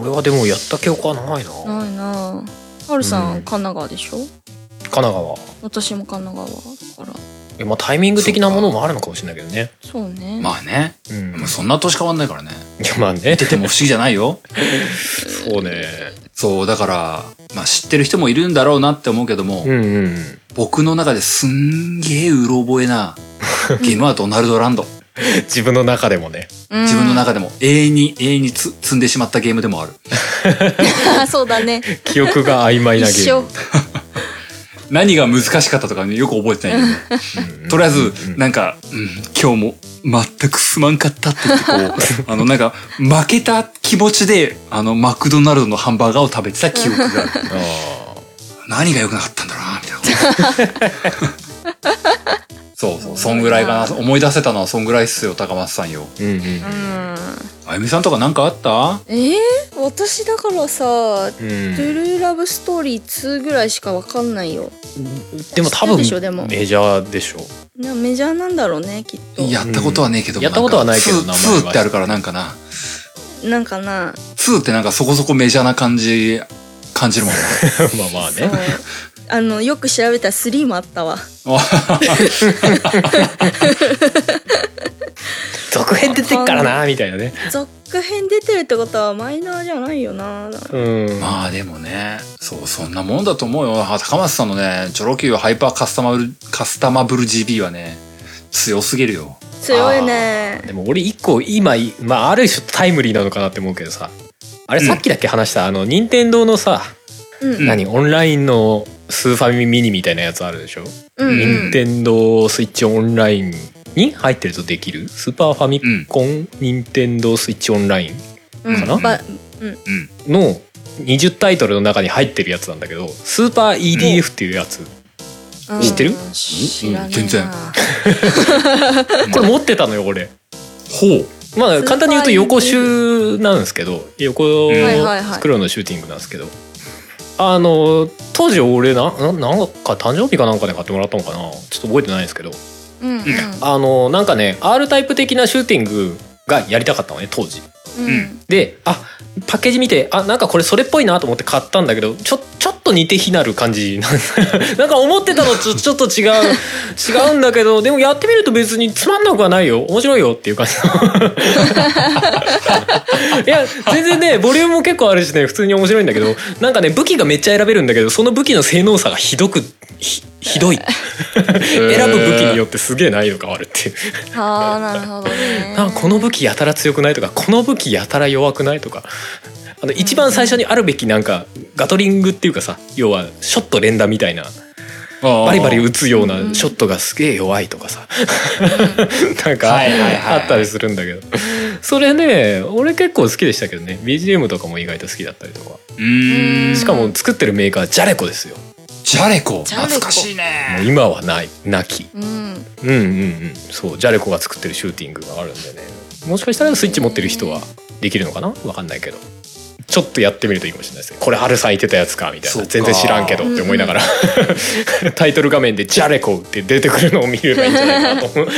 D: 俺はでもやった記憶はないな神
C: ないなあはるさん
D: うん
C: 神奈川でしょ
D: 奈川
C: 私も神奈川だから
D: えまあタイミング的なものもあるのかもしれないけどね
C: そうね
A: まあね、
D: うん
A: もうそんな年変わんないからね。
D: いやまあね
A: 出ても不思議じゃないよ。
D: そうね
A: そう、だから、まあ知ってる人もいるんだろうなって思うけども、
D: うんうん
A: 僕の中ですんげえうろ覚えなゲームはドナルドランド。
D: 自分の中でもね
A: 自分の
C: な
A: 中でも永遠に永遠につ積んでしまったゲームでもある。
C: *laughs* そうだ
D: *laughs*
C: ね
D: 記憶が曖昧な
C: 一
D: ゲー
C: 生
D: ム
A: 何が難しかったとかね、よく覚えてないんだけど、とりあえず、なんか、うん、今日も全くすまんかったって言ってこう、
D: *laughs*
A: あの、なんか、負けた気持ちで、あの、マクドナルドのハンバーガーを食べてた記憶がある。
D: *laughs* あー
A: 何が良くなかったんだろうな、みたいな。 *laughs* そうそう、そんぐらいかな。思い出せたのはそんぐらいっすよ、高松さんよ。
D: うんうん
A: あゆみさんとかなんかあった
C: えー、私だからさ
D: う
C: 「
D: ん
C: トゥルーラブストーリー2」ぐらいしかわかんないよ
D: でも多
C: 知って
D: 分
C: るでしょでも
D: メジャーでしょ
C: なメジャーなんだろうねきっと
A: やったことはねえけども
D: やったことはないけど
A: んか
D: 名
A: ツ
D: 前
A: ー
D: は
A: ツーってあるからなんかな。
C: なんかな
A: 2ってなんかそこそこメジャーな感じ、感じるもんね。
D: *laughs* まあまあ
C: そう
D: ね
C: あのよく調べたら3もあったわ
D: 続編出てっからなみたいなね
C: 続編出てるってことはマイナーじゃないよな
D: うん
A: まあでもね、そう、そんなもんだと思うよ。あ高松さんのね、チョロ Q ハイパーカスタマブル、カスタマブル GB はね、強すぎるよ
C: 強いね
D: でも俺一個今、まあ、ある種タイムリーなのかなって思うけどさあれ
A: うん
D: さっきだけ話した、あの任天堂のさ、
C: うん
D: 何オンラインのスーファミミニみたいなやつあるでしょ、
C: うんう
D: 任
C: ん
D: 天堂スイッチオンラインに入ってるとできるスーパーファミコン任天堂スイッチオンライン
C: うん
D: かな
C: ば
A: うん
D: の20タイトルの中に入ってるやつなんだけどスーパー EDF っていうやつ、
E: うん
D: 知ってる
E: 知らねえな
A: 全然
D: *laughs* これ持ってたのよ俺
A: ほう
D: ま
E: ー
D: あ
E: パー
D: 簡単に言うと横集なんですけど横
A: うんはい
E: はいはい
D: 黒のシューティングなんですけどあの当時俺なななんか誕生日かなんかで買ってもらったのかなちょっと覚えてないんですけど
E: うんうん
D: あのなんかね R タイプ的なシューティングがやりたかったのね当時
E: うん
D: であパッケージ見てあなんかこれそれっぽいなと思って買ったんだけどちょちょっと似て非なる感じ *laughs* なんか思ってたのとちょ *laughs* っと違う違うんだけどでもやってみると別につまんなくはないよ面白いよっていう感じ *laughs* いや全然ねボリュームも結構あるしね普通に面白いんだけどなんかね武器がめっちゃ選べるんだけどその武器の性能差がひどくひひどい選ぶ武器によってすげえ難易度変わるっていう
E: ああなるほどね
D: なんかこの武器やたら強くないとかこの武器やたら弱くないとか *laughs* あの一番最初にあるべきなんかガトリングっていうかさ要はショット連打みたいなバ
A: バ
D: リバリ打つよう
E: う
D: なんショットがすげえ弱いとかさ *laughs* なんか
A: はいはいはいはい
D: あったりするんだけどそれね俺結構好きでしたけどね BGM とかも意外と好きだったりとか
A: うーん
D: しかも作ってるメーカージャレコですよも
A: ジャレコ
E: ジャレコ
A: 懐かしいうね
D: 今はないなき
E: うん
D: うんうんうんそうジャレコが作ってるシューティングがあるんでねもしかしたらスイッチ持ってる人はできるのかなわかんないけどちょっとやってみるといいかもしれないですねこれ春さん言ってたやつかみたい
A: そう
D: な
A: か
D: 全然知らんけどって思
A: *laughs*
D: いながら、タイトル画面で「ジャレコ」って出てくるのを見ればいいんじゃないか
A: *laughs*
D: なと思う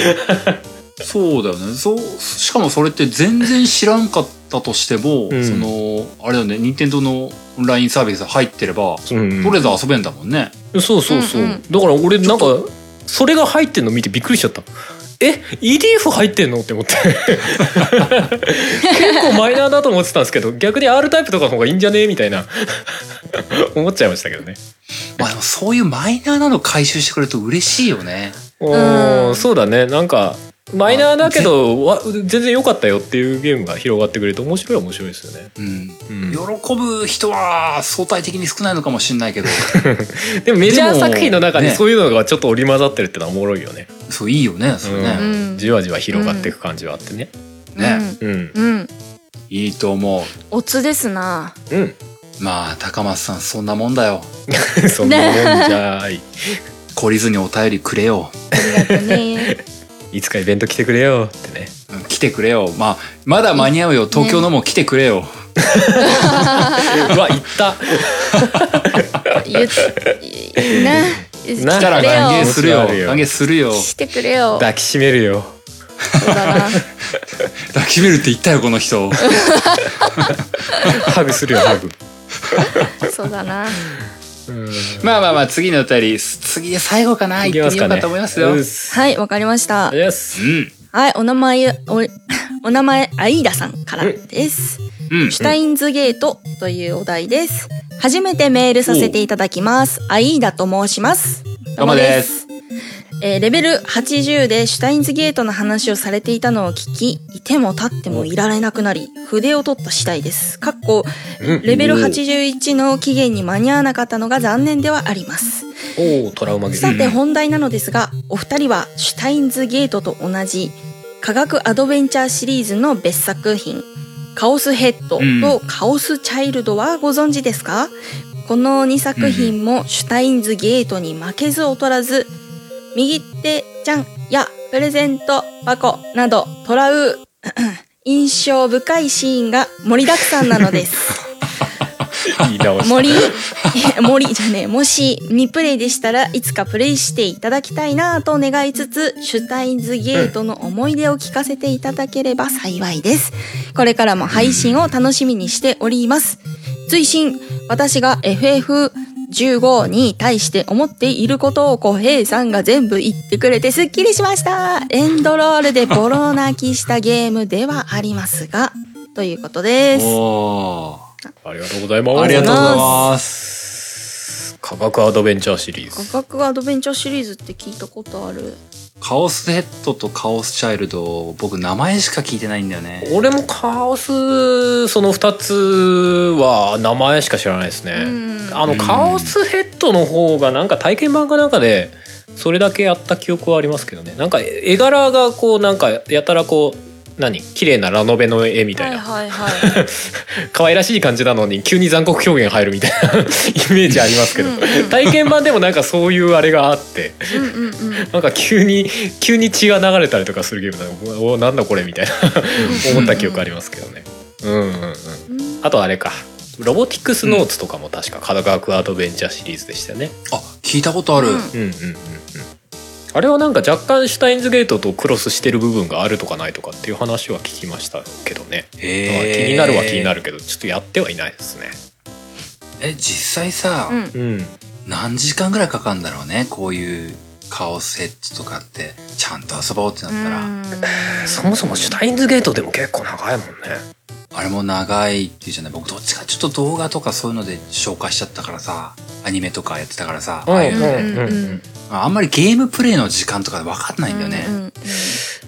A: そうだよねそうしかもそれって全然知らんかったとしても、
D: うん
A: そのあれだよね任天堂のオンラインサービス入ってれば
D: うんうん
A: とりあえず遊べんだもんね、
D: そうそ
E: う
D: うそう、
E: んうん
D: だから俺なんかそれが入ってんの見てびっくりしちゃったえ EDF 入ってんのって思って結構マイナーだと思ってたんですけど逆に R タイプとかの方がいいんじゃねみたいな思っちゃいましたけどね
A: まあでもそういうマイナーなの回収してくれると嬉しいよね
D: お
E: う
D: ー
E: ん
D: そうだねなんかマイナーだけどわ全然良かったよっていうゲームが広がってくれて面白いは面白いですよね、
A: うん
D: うん
A: 喜ぶ人は相対的に少ないのかもしれないけど
D: でもメジャー作品の中に
A: ね
D: そういうのがちょっと織り交ざってるってのはおもろいよね
A: そういいよねそれ
E: う
A: ね、
E: ん
D: じわじわ広がっていく感じはあってね
A: ね
D: うん、
E: うん
A: いいと思う
E: おつですな
D: うん
A: まあ高松さんそんなもんだよ
D: *laughs* そんなもんじゃい。
A: 懲りずにお便りくれよ
E: ありがとうね
D: いつかイベント来てくれよってね。
A: うん来てくれよまあまだ間に合うよ東京のも来てくれよ、
D: うわ、行った。
E: 言ってな
D: 来
A: 来たら歓迎するよ
D: 来てくれよ
A: 歓迎するよ
E: してくれよ
D: 抱きしめるよ。
E: そうだな
A: 抱きしめるって言ったよこの *laughs* 人
D: ハグするよ、ハグ。
E: そうだな
D: うん
A: まあまあまあ次のお便り次で最後かな行ってみようかと思いますよ
D: う
A: う
D: っ
A: ん
D: す
C: はいわかりました
D: ありがとうございます。
C: はいお名前おお名前アイーダさんからです
A: うん
C: シュタインズゲートというお題です初めてメールさせていただきますアイーダと申します
A: どうもです
C: えーレベル80でシュタインズゲートの話をされていたのを聞き、いても立ってもいられなくなり、筆を取った次第です。かっこ、
D: うん
C: レベル81の期限に間に合わなかったのが残念ではあります。
D: おお、トラウマゲー
C: さ
D: ム。
C: て本題なのですが、お二人はシュタインズゲートと同じ、科学アドベンチャーシリーズの別作品、カオスヘッドとカオスチャイルドはご存知ですか、この2作品もシュタインズゲートに負けず劣らず、右手じゃんやプレゼント箱など、トラウ、 *coughs* 印象深いシーンが盛りだくさんなのです。
D: 言い直し
C: 森 *laughs* 森じゃねえもし未プレイでしたらいつかプレイしていただきたいなぁと願いつつシュタインズゲートの思い出を聞かせていただければ幸いですこれからも配信を楽しみにしております追伸私が FF15 に対して思っていることを小平さんが全部言ってくれてすっきりしましたエンドロールでボロ泣きしたゲームではありますがということです
A: おー
D: た。ありがとうございます。
A: ありがとうござい
D: い
A: ます
D: ます。科学アドベンチャーシリーズ
C: 科学アドベンチャーシリーズって聞いたことある
A: カオスヘッドとカオスチャイルド僕名前しか聞いてないんだよね
D: 俺もカオスその2つは名前しか知らないですね
C: うん
D: あの
A: うん
D: カオスヘッドの方がなんか体験版かなんかでそれだけやった記憶はありますけどねなんか絵柄がこうなんかやたらこう何綺麗なラノベの絵みたい
C: はい
D: な
C: はいはい
D: 可愛らしい感じなのに急に残酷表現入るみたいな *laughs* イメージありますけど
C: うんうん
D: 体験版でもなんかそういうあれがあって
C: うんうんうん
D: なんか急に急に血が流れたりとかするゲームなのおなんだこれみたいな *laughs* 思った記憶ありますけどねうんうんうん
C: うん
D: あとあれかロボティクスノーツとかも確か科学アドベンチャーシリーズでしたよね
A: あ聞いたことある、
C: うん
D: うんうんうんうんあれはなんか若干シュタインズゲートとクロスしてる部分があるとかないとかっていう話は聞きましたけどね、ま
A: へ
D: あ
A: え
D: 気になるは気になるけどちょっとやってはいないですね
A: え実際さ、
C: うん
D: うん
A: 何時間ぐらいかかるんだろうねこういうカオスヘッドとかってちゃんと遊ぼうってなったら、
D: そもそもシュタインズゲートでも結構長いもんね
A: あれも長いっていうじゃない僕どっちかちょっと動画とかそういうので紹介しちゃったからさアニメとかやってたからさ、ああいう
C: うんうんうん
D: うん
A: あんまりゲームプレイの時間とか分かんないんだよね、
C: うんうん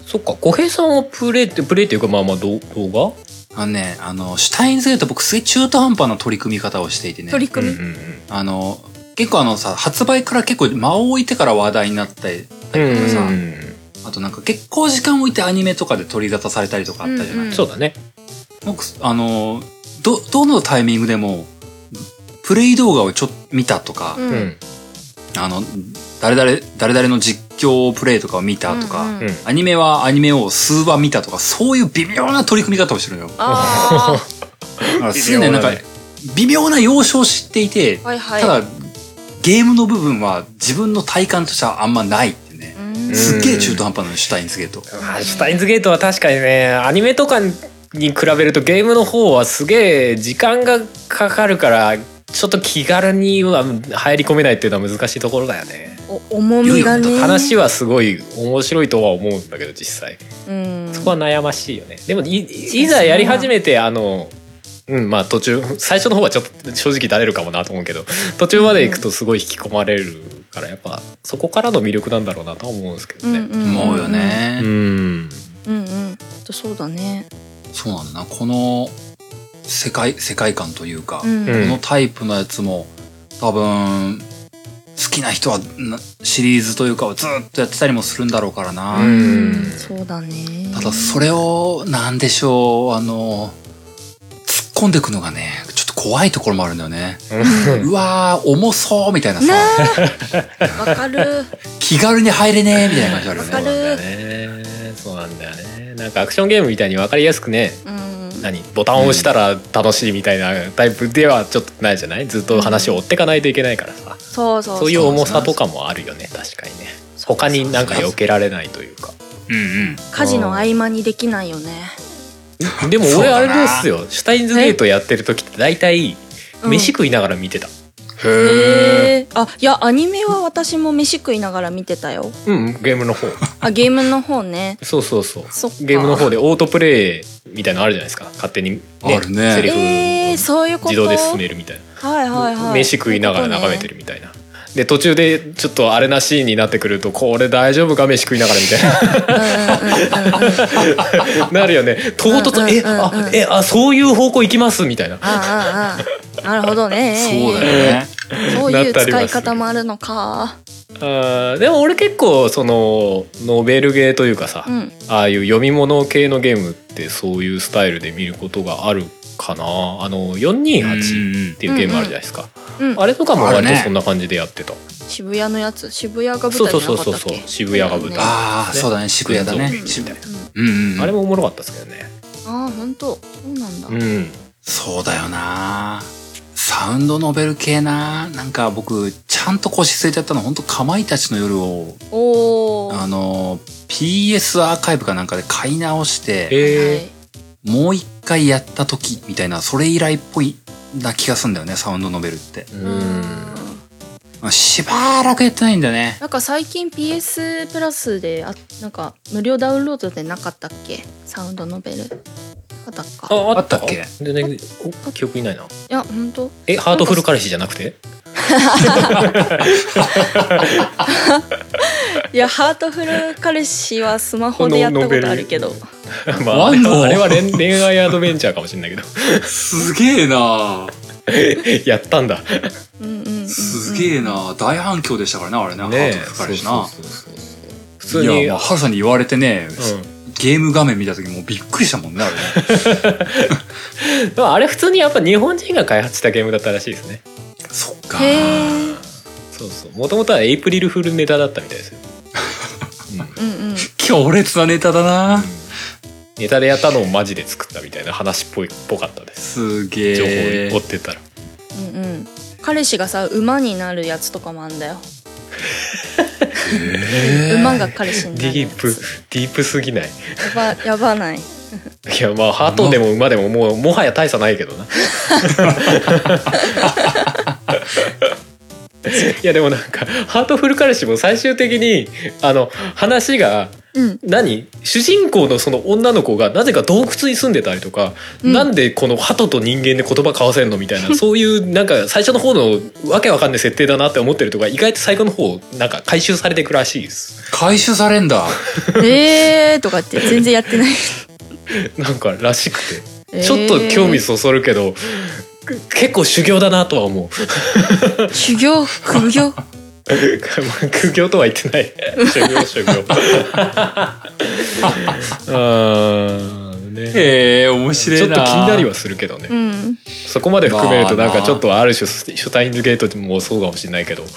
D: そっか小平さんはプレイってプレイっていうかまあまあ動動
A: あのねあのシュタインズゲート僕すげえ中途半端な取り組み方をしていてね
C: 取り
D: 画
C: 組み、
D: ん
A: あの結構あのさ発売から結構間を置いてから話題になったり
D: うん
A: とかさ、
D: うん
A: あとなんか結構時間置いてアニメとかで取り沙汰されたりとかあったじゃない、
C: うん
D: そうだね
A: 僕あのどどのタイミングでもプレイ動画をちょっと見たとか、
E: うん
D: うん
A: あの誰々誰々の実況プレイとかを見たとか、
E: うんうん
D: うん
A: アニメはアニメを数話見たとかそういう微妙な取り組み方をしてるのよ
C: あ
A: だからすでになんか
D: 微妙だね
A: 微妙な要所を知っていて *laughs*
C: あはいはい
A: ただゲームの部分は自分の体感としてはあんまないってね
C: うん
A: すっげえ中途半端なのシュタインズゲート
D: まあシュタインズゲートは確かにねアニメとかに比べるとゲームの方はすげえ時間がかかるからちょっと気軽には入り込めないっていうのは難しいところだよね
C: お重みがね
D: 話はすごい面白いとは思うんだけど実際
C: うん
D: そこは悩ましいよねでもいいざやり始めてあのうんまあ途中最初の方はちょっと正直だれるかもなと思うけど途中まで行くとすごい引き込まれるからやっぱそこからの魅力なんだろうなとは思うんですけど
C: うん
D: ね
C: んん
A: 思うよね、
D: うん
C: うんうんそうだね
A: そうなんだなこの世界世界観というか、
C: う
A: こ
C: ん
D: うん
A: のタイプのやつも多分好きな人はなシリーズというかをずっとやってたりもするんだろうからな、
D: うん
C: そうだね
A: ただそれをなんでしょうあの突っ込んでくのがねちょっと怖いところもあるんだよね、うわー重そうみたいなさ
C: なあわかる
A: 気軽に入れねえみたいな感じあるよ
C: わか
A: ね
C: る
D: そうなんだよねそうなんだよねなんかアクションゲームみたいに分かりやすくね
C: うん
D: 何ボタンを押したら楽しいみたいなタイプではちょっとないじゃないずっと話を追ってかないといけないからさ
C: そうそう
D: そういう重さとかもあるよね確かにね他になんか避けられないというか
A: うんうん
C: 家事の合間にできないよね
D: でも
A: そう
D: 俺
A: だ
D: あれ
A: な
D: ですよシュタインズゲートやってる時って大体
C: うん
D: 飯食いながら見てた
A: へえ
C: へえあいやアニメは私も飯食いながら見てたよ
D: うん、ゲームの方
C: あゲームの方ね
D: *laughs* そうそうそう
C: そっか
D: ゲームの方でオートプレイみたいなのあるじゃないですか勝手に、ね、
A: あるね
D: セリフ
C: えー、そういうこと
D: 自動で進めるみたいな
C: はいはいはい
D: 飯食いながら眺めてるみたいな。で途中でちょっとあれなシーンになってくるとこれ大丈夫か飯食いながらみた
C: そういうこ
D: いな
C: とねうんうんうんうん *laughs*
D: なるよね唐
C: うん
D: 突
C: うん
D: え
C: うん
D: あ
C: うん
D: えあそういう方向行きますみたいな
C: ああああなるほどね
A: そうだよね
C: そういう使い方もあるの
D: あ
C: か
D: ーでも俺結構そのノベルゲーというかさ、
C: うん
D: ああいう読み物系のゲームってそういうスタイルで見ることがあるかなあの428っていうゲームあるじゃないですか、
C: うんうんうん
D: あれとかも
A: ある
D: 割
A: ね
D: とそんな感じでやってた、
C: 渋谷のやつ渋谷が舞台じ
D: そ
C: ゃ
D: う
C: な
D: そ
C: かっ
D: うそうそうそ
C: たっけ
D: う渋谷が舞台
C: あ
A: ああ
D: ね
A: そうだね渋谷だね
D: 群像
A: 渋
D: みたい
A: 谷
D: な
A: うんうんうん
D: あれもおもろかったですけどね
C: あ本当そうなんだ
D: うん
A: そうだよなサウンドノベル系ななんか僕、ちゃんと腰据えちゃったの、ほんとかまいたちの夜を、
C: おお
A: あの、PS アーカイブかなんかで買い直して、
D: え
A: もう一回やった時みたいな、それ以来っぽいな気がすんだよね、サウンドノベルって。
D: ー、うん
C: な
A: まあしばらくやってないんだよね。
C: んか最近 PS プラスであなんか無料ダウンロードでなかったっけサウンドノベルなかったっか
D: あ
A: あったっけ
D: 全然お記憶にないな
C: いや本当
D: えハートフル彼氏じゃなくて
C: いやハートフル彼氏はスマホでやったことあるけど
D: *laughs* まあ、
A: ワ
D: あれ
A: ンの
D: はあれは恋恋愛アドベンチャーかもしれないけど *laughs*
A: すげえな
D: やったんだ
C: うんうんうんうん
A: すげえな大反響でしたからねあれね
D: ね
A: ハートフル彼
D: そう
A: 氏な
D: そうそうそう
A: い
D: 普通
A: や
D: に、
A: まあハルさんに言われてね、
D: う
A: ゲーム画面見た時もうびっくりしたもんねあれね
D: ん、でもあれ普通にやっぱ日本人が開発したゲームだったらしいですね
A: *laughs* そっか
C: へえ
D: そうそうもともとはエイプリルフールネタだったみたいですよ、うん
C: うんうん
A: 強烈なネタだな
D: ネタでやったのをマジで作ったみたいな話っぽいっぽかったです
A: す
D: 情報を
A: げえ
D: 追ってたら、
C: うんうん彼氏がさ馬になるやつとかもあんだよ馬が彼氏にな
D: デ
C: る
D: ィ
C: や
D: ープ
C: つ
D: ディープすぎない
C: やばやば
A: *laughs*
C: ない
D: いやまあハートでも馬でももうもはや大差ないけどないやでもなんかハートフル彼氏も最終的にあの話が
C: うん
D: 何主人公のその女の子がなぜか洞窟に住んでたりとか、
C: うん
D: なんでこの鳩と人間で言葉交わせんのみたい
C: *laughs*
D: なそういうなんか最初の方のわけわかんない設定だなって思ってるとか意外と最後の方なんか回収されていくらしいです
A: 回収されん
D: *laughs*
A: だ
C: えーとかって全然やってない
D: なんからしくて *laughs* ちょっと興味そそるけど、く結構修行だなとは思う
C: えー修行苦行
D: 苦行とは言ってない修行修行あーね
A: へえ面白
D: ちょ
A: い
D: っ
A: な
D: と気になりはするけどね
C: うん
D: そこまで含めると
A: まあ
D: なんかちょっとある種シュタインズゲートもそうかもしれないけど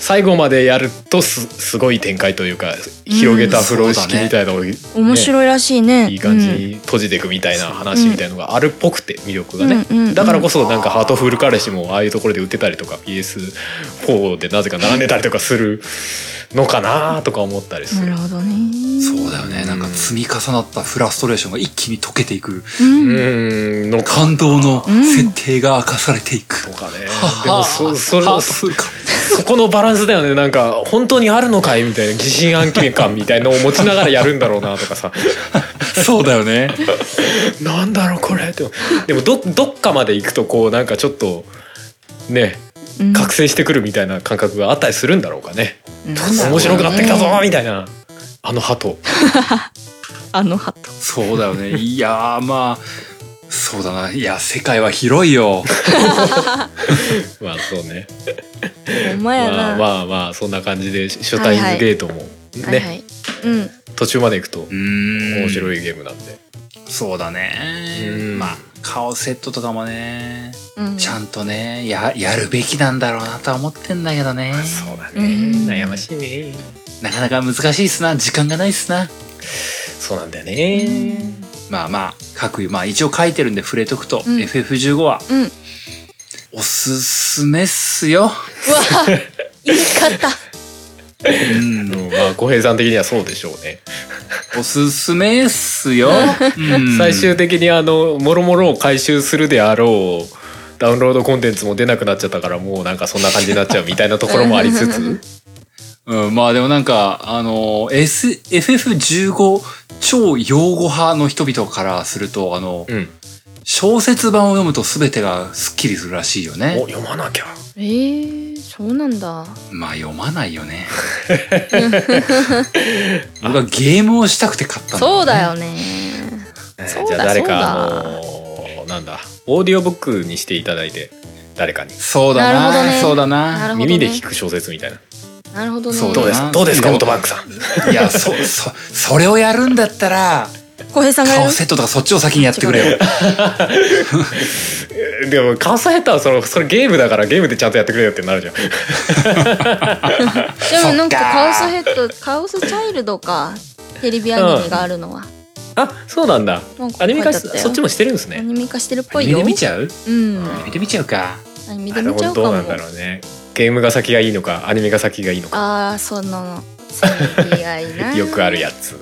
D: 最後までやるとすすごい展開というか広げた風呂敷みたいなのを、ね
C: 面白いらしいね
D: いい感じに閉じていくみたいな話みたいのがあるっぽくて魅力がね、
C: うんうんうん
D: だからこそなんかハートフル彼氏もああいうところで売ってたりとか PS4 でなぜか並んでたりとかするのかなとか思ったり
C: うん
D: す
C: な
D: る
C: る。ほどね
A: そうだよねなんか積み重なったフラストレーションが一気に溶けていく
D: う
C: うん
D: ーんのか
A: 感動の設定が明かされていく、
D: とかね
A: は
D: でもそそれそこのバランスだよねなんか本当にあるのかいみたいな疑心暗鬼感みたいのを持ちながらやるんだろうなとか
C: *laughs*
D: さ
A: そうだよね
D: なんだろうこれってでもどどっかまで行くとこうなんかちょっとね
C: うん
D: 覚醒してくるみたいな感覚があったりするんだろうかね、
C: うん
D: 面白くなってきたぞみたいなあの鳩
C: あのハット
A: そうだよねいやーまあそうだないや世界は広いよ
D: まあそうね
C: ほんまや
D: まあ
C: な
D: まあまあそんな感じでシュタインズゲートもね、
E: はいはい。
C: うん
D: 途中まで行くと
A: うーん
D: 面白いゲームなんで、
A: そうだね
D: うん
A: まあ顔セットとかもね
C: うん
A: ちゃんとねややるべきなんだろうなとは思ってんだけどね
D: そうだね
C: うん
D: 悩ましいね
A: なかなか難しいっすな時間がないっすな
D: そうなんだよね
A: まあまあ各位まあ一応書いてるんで触れとくと、
C: ん
A: FF15 は
C: うん
A: おすすめっすよ、
C: うわ言い方
A: うん、
D: うんまあ小平さん的にはそうでしょうね、
A: おすすめっ
E: *laughs*
A: すよ、うん
D: 最終的にあのもろもろを回収するであろうダウンロードコンテンツも出なくなっちゃったからもうなんかそんな感じになっちゃうみたいなところもありつつ
A: うん、まあでもなんか、あの、S、FF15 超用語派の人々からすると、あの、
D: うん
A: 小説版を読むと全てがスッキリするらしいよね
D: お。読まなきゃ
E: えー、そうなんだ。
A: まあ読まないよ
E: *laughs*
A: ね。僕はゲームをしたくて買ったんだ
E: そうだよね。
D: えー
E: そうだ
D: じゃあ誰
E: そう
D: か
E: だ
D: あのーなんだオーディオブックにしていただいて誰かに
A: そうだ
E: な
A: な
E: るほどね
A: そうだ
E: な
A: な
E: るほどね
D: 耳で聞く小説みたいな
E: なるほどね。
A: そう
D: どうです
A: な
D: どうですか
A: で
D: オ
A: も
D: ートバンクさん
A: いや、そ、そ、それをやるんだったら、
C: 浩平さんがや
A: 顔
C: る
A: セットとかそっちを先にやってくれよ。
D: えーでもカウサヘッダーはそのそれゲームだからゲームでちゃんとやってくれよってなるじゃん
E: でもなんか
A: そっか
E: カオスヘッド、カオスチャイルドか。テレビアニメがあるのは。
D: *laughs* あそうなんだ
E: なんか
D: アニメ化
E: 書いてあったよ
D: そっちもしてるんです
E: ア
D: ね
E: ニメ化してるっぽ
A: 見
E: いよ。
A: てみちゃう
E: うん。
A: 見てみちゃうか。
E: アニメで
D: なる
E: 見
D: ほ
E: ちゃ
D: ど
E: うか
D: ど
E: も。
D: うなんだろうねゲームが先がいいのかアニメが先がいいのか
E: ああ、そんなの。せめぎ合いな。
D: *laughs* よくあるやつ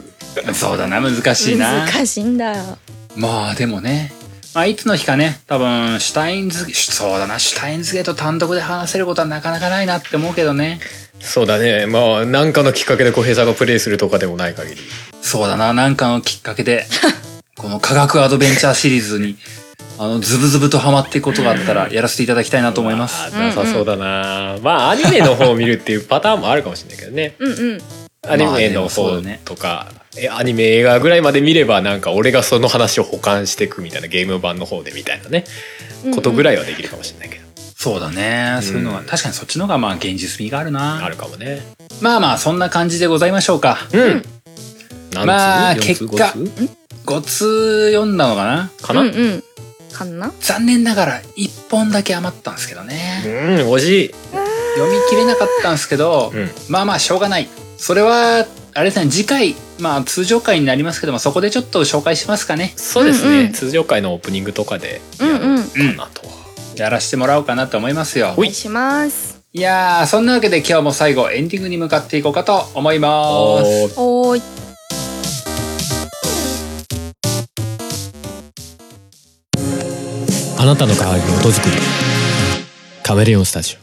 A: そうだな、難しいな。
E: 難しいんだよ。
A: まあでもね、まあいつの日かね、多分、シュタインズ、そうだな、シュタインズゲート単独で話せることはなかなかないなって思うけどね。
D: そうだねまあ何かのきっかけで小平さんがプレイするとかでもない限り
E: *laughs*
A: そうだな、なんかのきっかけで、この科学アドベンチャーシリーズに、あの、ズブズブとハマっていくことがあったら、やらせていただきたいなと思います。
D: あなさそうだな、まあアニメの方を見るっていうパターンもあるかもしれないけどね
C: うんうん。
D: アニメ
A: まあで
D: の
A: もそう
D: 方
A: だね
D: とか、えアニメ映画ぐらいまで見ればなんか俺がその話を補完していくみたいなゲーム版の方でみたいなねことぐらいはできるかもしれないけど、
A: そうだね。
D: ん
A: そういうのは、確かにそっちの方がまあ現実味があるな。
D: あるかもね
A: まあまあ、そんな感じでございましょうか。
D: うん、何通
A: まあ
D: 四通
A: 結果
D: 五通
A: 5通読んだのかな
D: かな、
C: う
D: うんん
C: うん。かんな
A: 残念ながら1本だけ余ったんですけどね。
D: 惜しい、
A: 読み切れなかったんですけど、
D: うん、
A: まあまあしょうがない。それは、あれですね、次回、まあ通常回になりますけども、そこでちょっと紹介しますかね。
D: そうですね、
C: うんうん
D: 通常回のオープニングとかで
C: うんうん。
A: うん。
D: あとは
A: やらしてもらおうかなと思いますよ
C: お。願いします。
A: いやー、そんなわけで今日も最後エンディングに向かっていこうかと思います。
D: おー
C: おーい。
F: あなたの代わりに音作りカメレオンスタジオ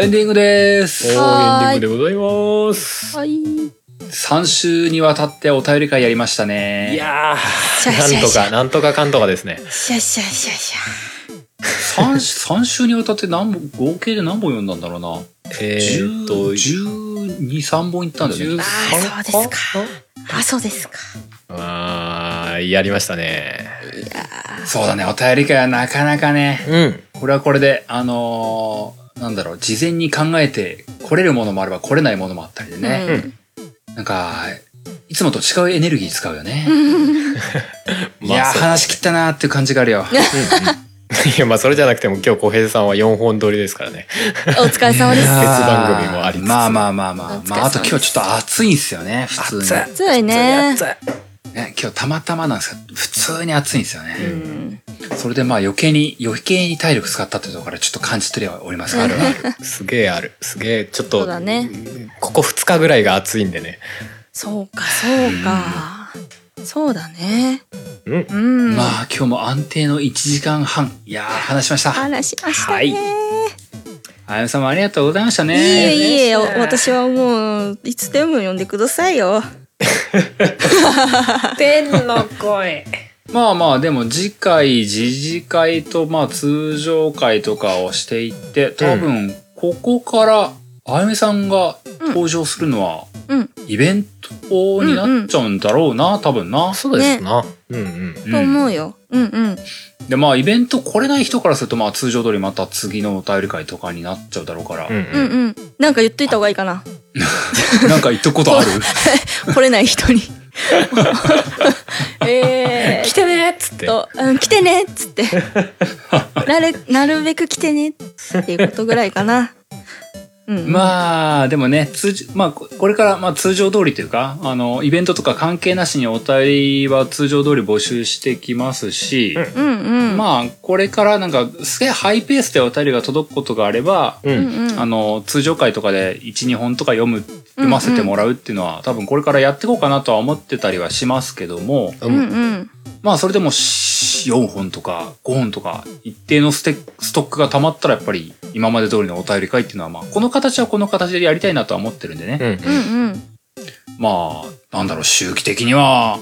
A: エンディングでー
D: お
A: す。
D: ー
E: はー
D: エ
E: い
D: ンディングでございます
E: はい。
A: 3週にわたってお便り会やりましたね。
D: いや
C: シャ
D: ー
C: シ
D: なん
C: ャ
D: と
C: シャ
D: かなんとかかんとかですね
C: シャシャシャシャ。
A: 3, 三週にわたって何本合計で何本読んだんだろうな、
D: えー、っと
A: 123本いったんだよね
C: あーそうですか。あ、そうですか。
D: あーやりましたね
A: そうだねお便り会はなかなかね
D: うん *laughs*
A: これはこれであのーなんだろう事前に考えて来れるものもあれば来れないものもあったりでね、なんかいつもと違うエネルギー使うよね、
D: *laughs*
A: いやー、
D: まあそう
A: 話し切ったなーっていう感じがあるよ
D: いやまあそれじゃなくても今日小平さんは4本撮りですからね
C: お疲れ様で
A: 別
C: す。
D: 番組もありつつ
A: まあまあまあまあ
C: お疲れ様です
A: まああと今日ちょっと暑いんですよね普通に
B: 暑い
C: そういね。
A: ね、今日たまたまなんですけど、普通に暑いんですよ
C: う
A: ね。
C: ん。
A: それでまあ余計に、余計に体力使ったってところからちょっと感じてはおりますが、ある
D: すげえあるすげえちょっ
C: そ
D: と
C: うだね。
D: ここ2日ぐらいが暑いんでね
C: そうか、そうか。そうだね。
D: うん
C: うん。
A: まあ今日も安定の1時間半。いやー、話しました。
C: 話しました
A: はい
C: ね。
A: あやめさんもありがとうございました
C: いえ
A: ね。
C: いえ、お私はもう、いつでも呼んでくださいよ。
B: 天の声。
A: まあまあ、でも次回、次次回とまあ通常回とかをしていって、多分、ここから、あやめさんが登場するのは、
C: うん。
A: イベントになっちゃうんだろうな、多分な。
D: そうですな、うんうん
A: うん
C: と思うよ。うんうん。
A: で、まあ、イベント来れない人からすると、まあ、通常通りまた次のお便り会とかになっちゃうだろうから、
D: うん
C: うんうん。なんか言っといた方がいいかな。
A: *laughs* なんか言っとくことある
C: 来れない人
B: *laughs*
C: に。ええ
B: 来てねっつっ
C: ー、と、うん、来てねっつって。なる、なるべく来てねっていうことぐらいかな。うん。あ、
A: まあ、でもね、通じ、まあ、ここれから、まあ、通常通りというか、あの、イベントとか関係なしにお便りは通常通り募集してきますし、
C: うんうん。
A: まあ、これからなんか、すげえハイペースでお便りが届くことがあれば、
D: うん
C: うんうん。
A: あの、通常回とかで1、2本とか読む、読ませてもらうっていうのは、多分これからやっていこうかなとは思ってたりはしますけども、
C: うんうん。
A: まあそれでもし4本とか5本とか一定のステストックが溜まったらやっぱり今まで通りのお便り会っていうのはまあこの形はこの形でやりたいなとは思ってるんでね、
D: うん
C: うんうん。
A: まあなんだろう周期的には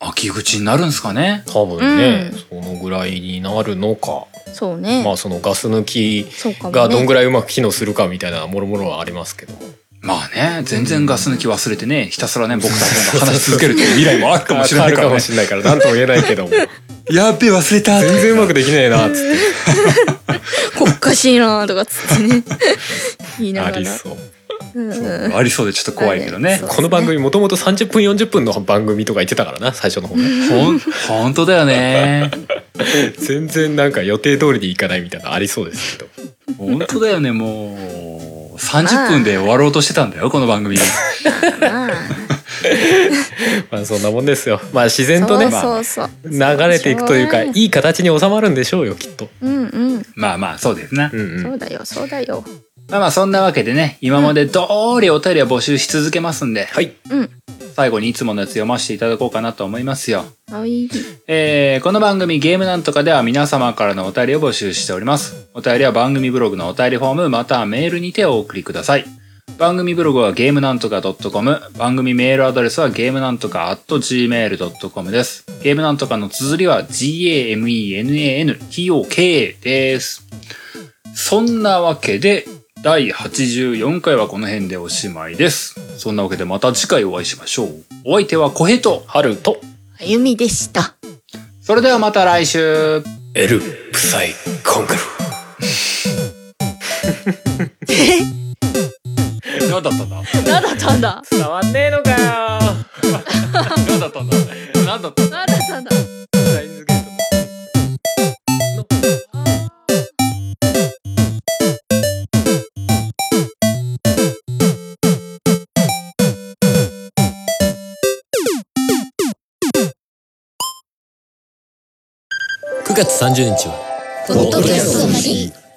A: 秋口になるんですかね
D: 多分ね、そのぐらいになるのか、
C: そうね。
D: まあそのガス抜き
C: そうかも、ね。
D: がどんぐらいうまく機能するかみたいなもろもろはありますけども
A: まあね全然ガス抜き忘れてねひたすらね僕たちが話し続けるっていう未来もあるかもしれないか
D: *laughs* あるからも
A: ね
D: しれないから何とも言えないけども
A: やっべ忘れた
D: 全然うまくできねえ
C: *laughs*
D: なっつっ
C: こっかしいなとかっつっ
D: *laughs*
C: てね。言い
D: て
C: な
D: あ
C: がら。
D: りそう
C: うんうん。
A: ありそうでちょっと怖いけどね
C: そう
D: この番組もともと30分40分の番組とか言ってたからな最初の方ね
A: ほん本当だよね
D: 全然なんか予定通りにいかないみたいなのありそうですけど
A: 本当だよねもう30分で終わろうとしてたんだよこの番組
C: まあ、
D: まあそんなもんですよまあ自然と
C: そ
D: ね
C: うそうそう。
D: 流れていくというか
C: しょうがない
D: いい形に収まるんでしょうよきっと
C: うんうん。
A: まあまあそうですな
D: うんうん
C: そうだよ、そうだよ。
A: まあまあそんなわけでね、今まで通りお便りは募集し続けますんで、
D: はい
C: うん。
A: 最後にいつものやつ読ませていただこうかなと思いますよ。
C: はい。
A: えー、この番組ゲームなんとかでは皆様からのお便りを募集しております。お便りは番組ブログのお便りフォームまたはメールにてお送りください。番組ブログはゲームなんとか .com、番組メールアドレスはゲームなんとか .gmail.com です。ゲームなんとかの綴りは gamenantoka です。そんなわけで、第84回はこの辺でおしまいです。そんなわけでまた次回お会いしましょう。お相手は小平と、
D: 春と
E: あゆみでした。
A: それではまた来週
D: エルプサイコンクル
A: 何だったんだ
E: *laughs* なんだったんだ
D: 伝わんねえの
C: *laughs*
D: かよ
A: 何だったんだ何だ
E: なんだ
A: った
E: ったんだ
F: 9月30日は
E: ポッドキャストの日